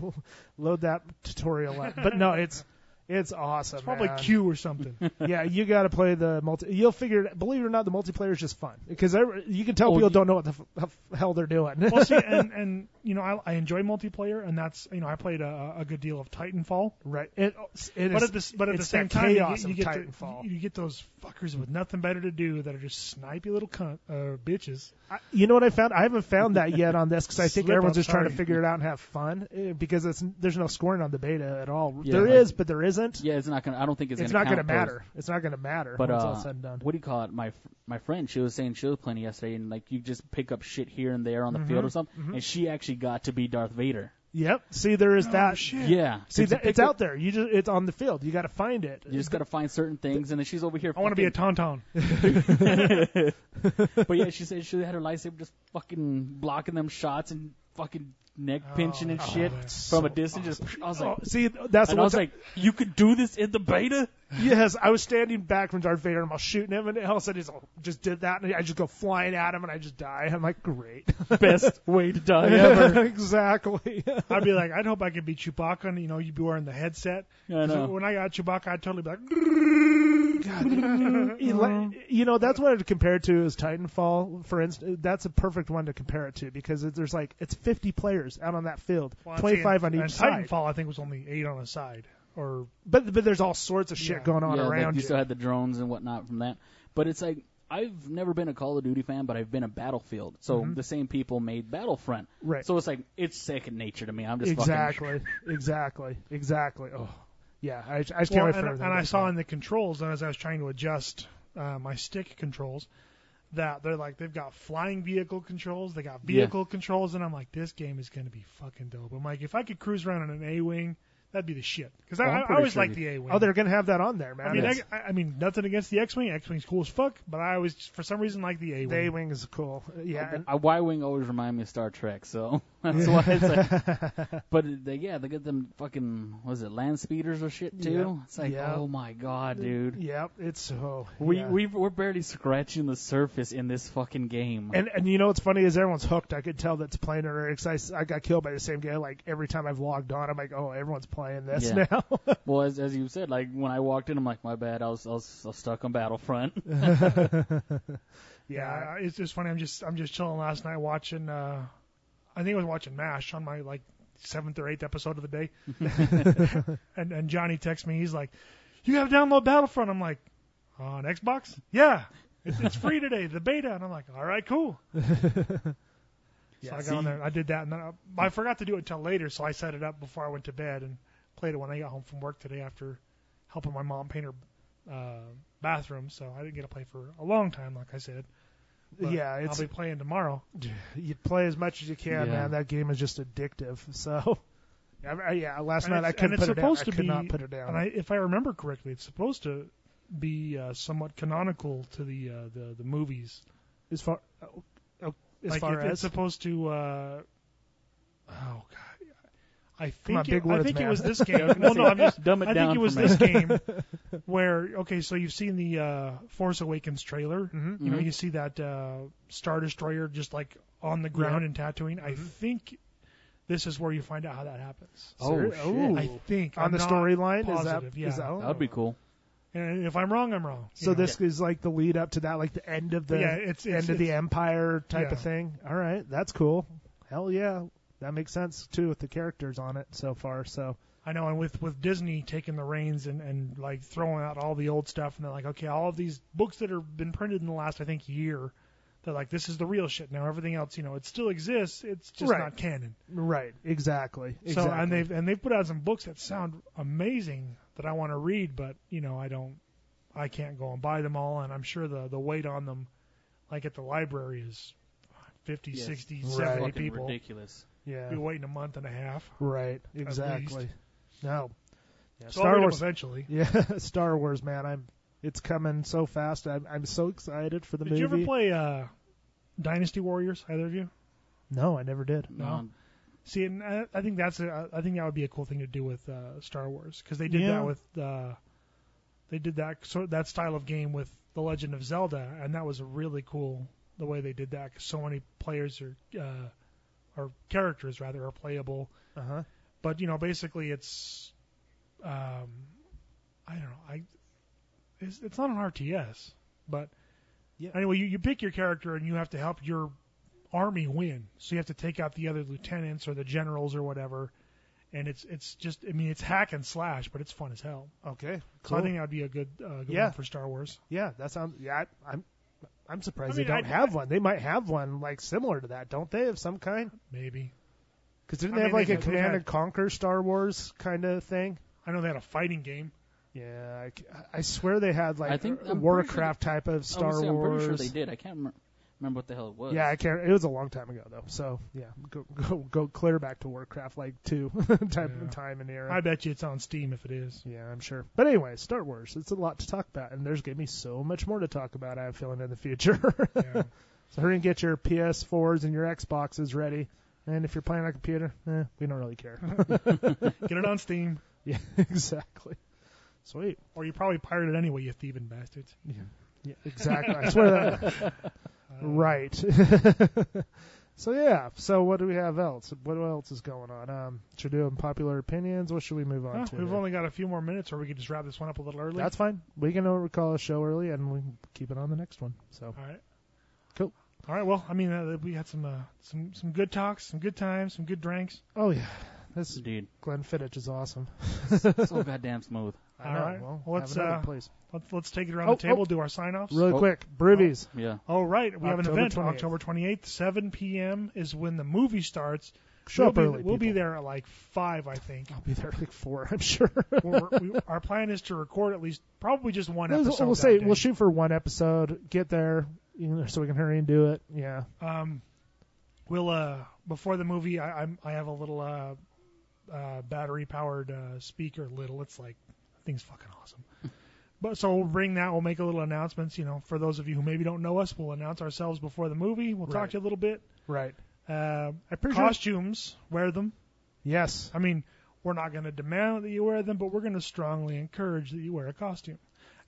Speaker 3: load that tutorial up. But no, it's it's awesome.
Speaker 1: Probably
Speaker 3: man.
Speaker 1: Q or something.
Speaker 3: Yeah, you got to play the multi. You'll figure. it Believe it or not, the multiplayer is just fun because you can tell
Speaker 2: Oh,
Speaker 3: people
Speaker 2: you-
Speaker 3: don't know what the f- f- hell they're doing.
Speaker 1: well, see, and, and you know, I, I enjoy multiplayer, and that's you know, I played a, a good deal of Titanfall.
Speaker 3: right. It, it
Speaker 1: But
Speaker 3: is-
Speaker 1: at this, but at the
Speaker 3: it's
Speaker 1: same
Speaker 3: that
Speaker 1: time, you get-
Speaker 3: chaos
Speaker 1: you
Speaker 3: of
Speaker 1: get,
Speaker 3: Titanfall.
Speaker 1: The, you get those fuckers with nothing better to do that are just snipey little cunt, uh, bitches.
Speaker 3: I, you know what I found? I haven't found that yet on this because I think
Speaker 1: Slip,
Speaker 3: everyone's
Speaker 1: I'm
Speaker 3: just trying to
Speaker 1: sorry.
Speaker 3: figure it out and have fun eh, because it's there's no scoring on the beta at all.
Speaker 2: Yeah,
Speaker 3: there
Speaker 2: like-
Speaker 3: is, but there isn't.
Speaker 2: Yeah, it's not gonna. I don't think it's,
Speaker 3: it's
Speaker 2: gonna.
Speaker 3: not going to
Speaker 2: count those.
Speaker 3: matter. It's not going to matter
Speaker 2: But
Speaker 3: when it's
Speaker 2: uh,
Speaker 3: all said and done.
Speaker 2: what do you call it? My fr- my friend, she was saying she was playing yesterday, and like you just pick up shit here and there on the
Speaker 3: Mm-hmm,
Speaker 2: field or something, and she actually got to be Darth Vader.
Speaker 3: Yep. See, there is that.
Speaker 1: Oh, shit.
Speaker 2: Yeah.
Speaker 3: See,
Speaker 2: It's a
Speaker 3: that, it's
Speaker 2: pick-
Speaker 3: out there. You just it's on the field. You got to find it.
Speaker 2: You just gotta find certain things, and then she's over here.
Speaker 1: I want to be a tauntaun.
Speaker 2: But yeah, she said she had her lightsaber just fucking blocking them shots and fucking neck pinching and shit from a distance. Just I was like,
Speaker 3: Oh, see, that's
Speaker 2: and I
Speaker 3: the one
Speaker 2: was
Speaker 3: ti-
Speaker 2: like, you could do this in the beta.
Speaker 3: Yes, I was standing back from Darth Vader and I was shooting him, and all of a sudden he's all, just did that, and I just go flying at him, and I just die. I'm like, great,
Speaker 2: Best way to die ever.
Speaker 3: exactly.
Speaker 1: I'd be like, I'd hope I could be Chewbacca, and you know, you'd be wearing the headset.
Speaker 2: Yeah, I know.
Speaker 1: When I got Chewbacca, I'd totally be like,
Speaker 3: You
Speaker 1: uh-huh.
Speaker 3: le- you know, that's what I'd compare it to is Titanfall, for instance. That's a perfect one to compare it to because it, there's like it's 50 players out on that field,
Speaker 1: Well, I'm
Speaker 3: 25 on
Speaker 1: saying-
Speaker 3: each
Speaker 1: and
Speaker 3: side.
Speaker 1: Titanfall, I think, was only eight on a side, or
Speaker 3: But but there's all sorts of shit
Speaker 1: Yeah.
Speaker 3: going on
Speaker 2: yeah, like
Speaker 3: around
Speaker 2: you
Speaker 3: you.
Speaker 2: still had the drones and whatnot from that. But it's like I've never been a Call of Duty fan, but I've been a Battlefield. So the same people made Battlefront.
Speaker 3: Mm-hmm. Right.
Speaker 2: So it's like it's second nature to me. I'm just Fucking,
Speaker 3: exactly, exactly, exactly. Oh, yeah. I, I just can't
Speaker 1: Well,
Speaker 3: wait for
Speaker 1: and,
Speaker 3: everything
Speaker 1: and
Speaker 3: to
Speaker 1: I
Speaker 3: come
Speaker 1: saw
Speaker 3: out.
Speaker 1: in the controls as I was trying to adjust uh, my stick controls that they're like they've got flying vehicle controls, they got
Speaker 2: Yeah.
Speaker 1: vehicle controls, and I'm like, this game is gonna be fucking dope. I'm like, if I could cruise around in an A-wing, that'd be the shit. Because
Speaker 2: Well, Oh, I'm
Speaker 1: I, I
Speaker 2: pretty
Speaker 1: always
Speaker 2: sure
Speaker 1: liked
Speaker 2: you-
Speaker 1: the A-wing.
Speaker 3: Oh, they're gonna have that on there, man.
Speaker 1: I mean,
Speaker 3: It's-
Speaker 1: I, I mean, nothing against the X-wing. X-wing's cool as fuck, but I always, for some reason, like the
Speaker 3: The
Speaker 1: A-wing.
Speaker 3: A-wing is cool. Yeah, and
Speaker 2: A Uh, Y wing always remind me of Star Trek, so that's why it's like. But they, yeah, they get them fucking was it land speeders or shit too.
Speaker 3: Yeah.
Speaker 2: It's like
Speaker 3: Yeah.
Speaker 2: oh my god, dude.
Speaker 3: yeah, it's so.
Speaker 2: We
Speaker 3: yeah.
Speaker 2: we we're barely scratching the surface in this fucking game.
Speaker 3: and and you know what's funny is everyone's hooked. I could tell that's playing it because I, s- I got killed by the same guy. Like every time I've logged on, I'm like, oh, everyone's playing this
Speaker 2: Yeah.
Speaker 3: now.
Speaker 2: well, as as you said, like when I walked in, I'm like, my bad, I was I was, I was stuck on Battlefront.
Speaker 1: Yeah, it's just funny. I'm just, I'm just chilling last night watching. uh I think I was watching Mash on my like seventh or eighth episode of the day, and and Johnny texts me. He's like, "You got to download Battlefront." I'm like, "On Xbox? Yeah, it's, it's free today, the beta." And I'm like, "All right, cool." so I got on there. I did that, and then I, I forgot to do it till later. So I set it up before I went to bed and played it when I got home from work today after helping my mom paint her uh, bathroom. So I didn't get to play for a long time, like I said. But
Speaker 3: yeah, it's
Speaker 1: I'll be playing tomorrow.
Speaker 3: you play as much as you can,
Speaker 2: Yeah.
Speaker 3: man. That game is just addictive. So, yeah, I- yeah last
Speaker 1: And
Speaker 3: night I
Speaker 1: it's- and
Speaker 3: couldn't
Speaker 1: it's
Speaker 3: put it down.
Speaker 1: supposed
Speaker 3: I
Speaker 1: to
Speaker 3: could
Speaker 1: be-
Speaker 3: not put it down.
Speaker 1: And I, if I remember correctly, it's supposed to be uh, somewhat canonical to the uh, the, the movies.
Speaker 3: as far, oh, oh, as
Speaker 1: like
Speaker 3: far
Speaker 1: it- it's
Speaker 3: as
Speaker 1: supposed to. Uh, oh God. I
Speaker 3: Come
Speaker 1: think,
Speaker 3: on, big
Speaker 1: it, I
Speaker 3: words,
Speaker 1: think it
Speaker 3: man.
Speaker 1: was this game. well, no, I'm just,
Speaker 2: Dumb it
Speaker 1: I think
Speaker 2: down
Speaker 1: it
Speaker 2: for
Speaker 1: was
Speaker 2: me.
Speaker 1: this game where okay, so you've seen the uh, Force Awakens trailer. Mm-hmm. You know, you see that uh, Star Destroyer just like on the ground in Tatooine. I
Speaker 3: Mm-hmm.
Speaker 1: think this is where you find out how that happens.
Speaker 2: oh
Speaker 3: Ser- ooh.
Speaker 1: I think
Speaker 3: on
Speaker 1: I'm
Speaker 3: the
Speaker 1: not
Speaker 3: storyline is that
Speaker 1: positive, yeah.
Speaker 3: is that- oh.
Speaker 2: That'd be cool.
Speaker 1: And if I'm wrong, I'm wrong. you
Speaker 3: So
Speaker 1: know.
Speaker 3: this is like the lead up to that, like the end of the
Speaker 1: Yeah, it's-
Speaker 3: end
Speaker 1: it's-
Speaker 3: of the
Speaker 1: it's-
Speaker 3: empire type
Speaker 1: yeah.
Speaker 3: of thing. All right, that's cool. Hell yeah, that makes sense too with the characters on it so far. So
Speaker 1: I know, and with with Disney taking the reins and and like throwing out all the old stuff, and they're like, okay, all of these books that have been printed in the last, I think, year, they're like, this is the real shit now. Everything else, you know, it still exists. It's just
Speaker 3: Right.
Speaker 1: not canon.
Speaker 3: right, exactly.
Speaker 1: So and
Speaker 3: exactly.
Speaker 1: they've and they've put out some books that sound amazing that I want to read, but you know, I don't, I can't go and buy them all, and I'm sure the the weight on them, like at the library, is. 50,
Speaker 2: Yes.
Speaker 1: 60,
Speaker 3: Right.
Speaker 1: 70
Speaker 2: Fucking
Speaker 1: people.
Speaker 2: ridiculous.
Speaker 3: yeah
Speaker 1: Be waiting a month and a half.
Speaker 3: right exactly.
Speaker 1: least.
Speaker 3: No, Yeah,
Speaker 1: So I'll read 'em eventually.
Speaker 3: Yeah, Star Wars, man. I'm it's coming so fast. I'm I'm so excited for the
Speaker 1: Did
Speaker 3: movie.
Speaker 1: you ever play uh, Dynasty Warriors? Either of you?
Speaker 3: No, I never did.
Speaker 2: Um,
Speaker 1: See, and I, I think that's a, I think that would be a cool thing to do with uh, Star Wars because they did
Speaker 3: Yeah.
Speaker 1: that with uh, they did that sort that style of game with The Legend of Zelda, and that was really cool the way they did that 'cause so many players are uh, or characters rather are playable,
Speaker 3: Uh huh.
Speaker 1: but you know basically it's um, I don't know I it's, it's not an RTS, but
Speaker 3: Yeah.
Speaker 1: anyway you, you pick your character and you have to help your army win. So you have to take out the other lieutenants or the generals or whatever. And it's it's just I mean it's hack and slash, but it's fun as hell.
Speaker 3: Okay.
Speaker 1: So I
Speaker 3: cool.
Speaker 1: think that would be a good uh, good
Speaker 3: Yeah.
Speaker 1: one for Star Wars.
Speaker 3: Yeah, that sounds. Yeah, I, I'm. I'm surprised
Speaker 1: I mean,
Speaker 3: they don't
Speaker 1: I-
Speaker 3: have one. They might have one like similar to that, don't they, of some kind?
Speaker 1: Maybe
Speaker 3: Because didn't
Speaker 1: I
Speaker 3: they
Speaker 1: mean,
Speaker 3: have like
Speaker 1: they-
Speaker 3: a
Speaker 1: they
Speaker 3: Command
Speaker 1: had-
Speaker 3: and Conquer Star Wars kind of thing?
Speaker 1: I know they had a fighting game.
Speaker 3: Yeah, I, c- I swear they had like
Speaker 2: I think-
Speaker 3: a
Speaker 2: I'm
Speaker 3: Warcraft type of
Speaker 2: I was
Speaker 3: Star
Speaker 2: gonna say, I'm pretty
Speaker 3: Wars.
Speaker 2: sure they did. I can't remember, remember what the hell it was.
Speaker 3: Yeah, I can't. It was a long time ago though. So yeah, go go go clear back to Warcraft like two type
Speaker 1: Yeah.
Speaker 3: time and era.
Speaker 1: I bet you it's on Steam if it is.
Speaker 3: yeah, I'm sure. But anyway, Star Wars. It's a lot to talk about, and there's gonna be so much more to talk about. I have a feeling in the future.
Speaker 1: Yeah.
Speaker 3: so hurry and get your PS4s and your Xboxes ready. And if you're playing on a computer, eh, we don't really care.
Speaker 1: Get it on Steam,
Speaker 3: yeah, exactly. Sweet.
Speaker 1: or you probably pirate it anyway, you thieving bastards.
Speaker 3: Yeah, exactly. I swear that. right. so yeah. So what do we have else? What else is going on? Um, should we do unpopular opinions? What should we move on
Speaker 1: Huh,
Speaker 3: to?
Speaker 1: Ah, we've only got a few more minutes, or we could just wrap this one up a little early.
Speaker 3: That's fine. We can recall a show early, and we can keep it on the next one. So
Speaker 1: all right.
Speaker 3: Cool.
Speaker 1: All right. Well, I mean, uh, we had some uh, some some good talks, some good times, some good drinks.
Speaker 3: oh yeah, this is
Speaker 2: Dude,
Speaker 3: Glenn Fittich is awesome.
Speaker 2: so goddamn smooth.
Speaker 3: I
Speaker 1: All
Speaker 3: know.
Speaker 1: right.
Speaker 3: Well,
Speaker 1: Well, let's,
Speaker 3: have another,
Speaker 1: uh,
Speaker 3: please.
Speaker 1: Let's, let's take it around
Speaker 3: Oh,
Speaker 1: the table,
Speaker 3: oh.
Speaker 1: do our sign offs.
Speaker 3: Really
Speaker 2: Oh.
Speaker 3: quick, Broovies.
Speaker 2: Yeah.
Speaker 1: All right, we have an
Speaker 3: October
Speaker 1: event
Speaker 3: 28th.
Speaker 1: October 28th, 7 p.m. is when the movie starts.
Speaker 3: Show
Speaker 1: we'll
Speaker 3: up
Speaker 1: be,
Speaker 3: early.
Speaker 1: We'll be
Speaker 3: people.
Speaker 1: there at like 5, I think.
Speaker 3: I'll be there like four, I'm sure.
Speaker 1: We're, we're- we, our plan is to record at least probably just one
Speaker 3: We'll-
Speaker 1: episode.
Speaker 3: we'll
Speaker 1: that
Speaker 3: say
Speaker 1: day.
Speaker 3: we'll shoot for one episode. Get there, you know, so we can hurry and do it. Yeah.
Speaker 1: Um, we'll uh before the movie, I I'm, I have a little uh, uh battery powered uh, speaker. Little, it's like that thing's fucking awesome. But so we'll bring that. We'll make a little announcements. You know, for those of you who maybe don't know us, we'll announce ourselves before the movie. We'll talk
Speaker 3: Right.
Speaker 1: to you a little bit.
Speaker 3: Right.
Speaker 1: Uh,
Speaker 3: pretty sure-
Speaker 1: costumes, wear them.
Speaker 3: Yes.
Speaker 1: I mean, we're not going to demand that you wear them, but we're going to strongly encourage that you wear a costume.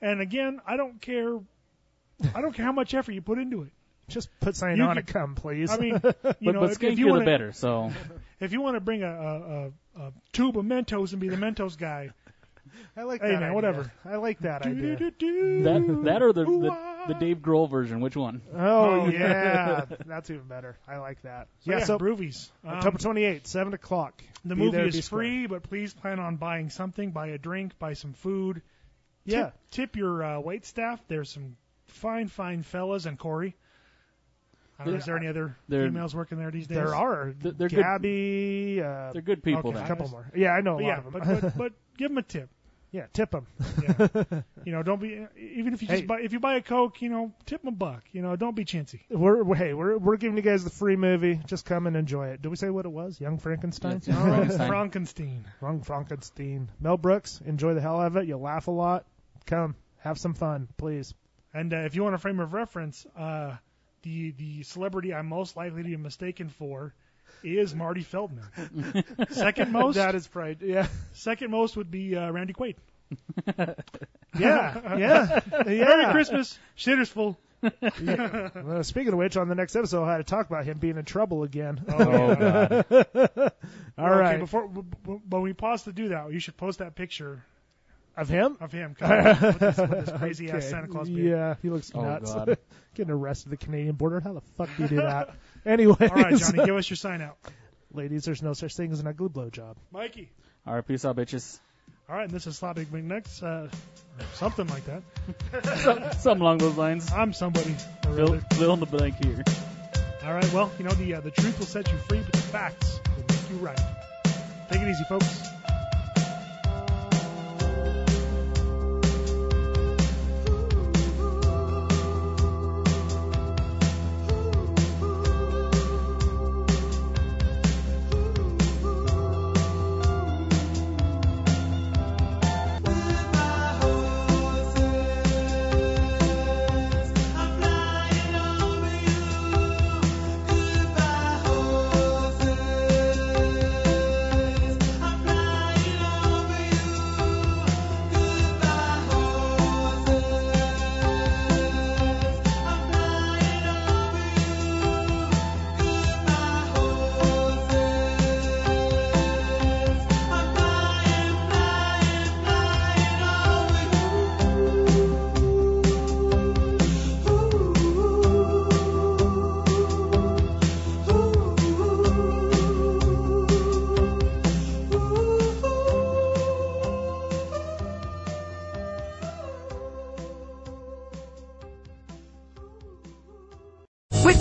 Speaker 1: And again, I don't care. I don't care how much effort you put into it.
Speaker 3: Just put something
Speaker 1: You
Speaker 3: on
Speaker 1: could-
Speaker 3: to come, please.
Speaker 1: I mean, you
Speaker 2: But,
Speaker 1: know,
Speaker 2: but
Speaker 1: if,
Speaker 2: skinkier
Speaker 1: if you want to
Speaker 2: the better. So
Speaker 1: if you want to bring a, a, a, a tube of Mentos and be the Mentos guy,
Speaker 3: I like
Speaker 1: hey,
Speaker 3: that.
Speaker 1: man,
Speaker 3: idea.
Speaker 1: whatever.
Speaker 3: I like that idea.
Speaker 1: do-do-do-do.
Speaker 2: that that or the, the the Dave Grohl version, which one?
Speaker 3: Oh,
Speaker 1: Oh,
Speaker 3: yeah, that's even better. I like that.
Speaker 1: So, yeah,
Speaker 3: so
Speaker 1: Broovies. Um,
Speaker 3: October 28th, 7 o'clock.
Speaker 1: the
Speaker 3: Be
Speaker 1: movie
Speaker 3: there,
Speaker 1: is
Speaker 3: be square.
Speaker 1: free, but please plan on buying something. Buy a drink, buy some food.
Speaker 3: Yeah.
Speaker 1: Tip, tip your uh, wait staff. There's some fine, fine fellas and Corey. I don't know, is there any other
Speaker 2: There-
Speaker 1: females working there these days?
Speaker 3: There are.
Speaker 2: Th- they're good-
Speaker 3: Gabby, uh,
Speaker 2: They're good people.
Speaker 1: Okay,
Speaker 3: a
Speaker 2: now.
Speaker 3: couple more. Yeah, I know a
Speaker 1: But
Speaker 3: lot
Speaker 1: yeah,
Speaker 3: of them.
Speaker 1: but, but, but give them a tip.
Speaker 3: yeah, tip them.
Speaker 1: Yeah. you know, don't be even if you just
Speaker 3: Hey.
Speaker 1: buy if you buy a coke, you know, tip them a buck. You know, don't be chintzy.
Speaker 3: We're, we're- hey, we're, we're giving you guys the free movie. Just come and enjoy it. Did we say what it was? Young Frankenstein?
Speaker 2: That's Young Frankenstein.
Speaker 1: Frankenstein.
Speaker 3: Wrong Frankenstein. Mel Brooks, enjoy the hell out of it. You'll laugh a lot. Come, have some fun, please.
Speaker 1: And uh, if you want a frame of reference, uh, the the celebrity I'm most likely to be mistaken for is Marty Feldman. second most,
Speaker 3: That is pride. Yeah.
Speaker 1: second most would be uh, Randy Quaid.
Speaker 3: Yeah. Yeah. yeah.
Speaker 1: Merry Christmas, shitters full.
Speaker 3: Well, speaking of which, on the next episode, we'll have to talk about him being in trouble again.
Speaker 1: Oh, God.
Speaker 3: All right.
Speaker 1: Okay, before b- b- when we pause to do that, you should post that picture
Speaker 3: of him?
Speaker 1: of him coming with this, with this crazy ass
Speaker 3: Okay.
Speaker 1: Santa Claus beard.
Speaker 3: Yeah, he looks
Speaker 2: Oh,
Speaker 3: nuts.
Speaker 2: God.
Speaker 3: Getting arrested at the Canadian border. How the fuck do you do that? Anyway,
Speaker 1: All right, Johnny, give us your sign out,
Speaker 3: ladies, there's no such thing as an ugly blowjob.
Speaker 1: Mikey.
Speaker 2: All right, peace out, bitches.
Speaker 1: All right, and this is Sloppy McNuts, uh, something like that.
Speaker 2: Something along those lines.
Speaker 1: I'm somebody. or
Speaker 2: Fill,
Speaker 1: other.
Speaker 2: fill in the blank here.
Speaker 1: All right. Well, you know the uh, the truth will set you free, but the facts will make you right. Take it easy, folks.
Speaker 4: Ooh, ooh, ooh.
Speaker 5: With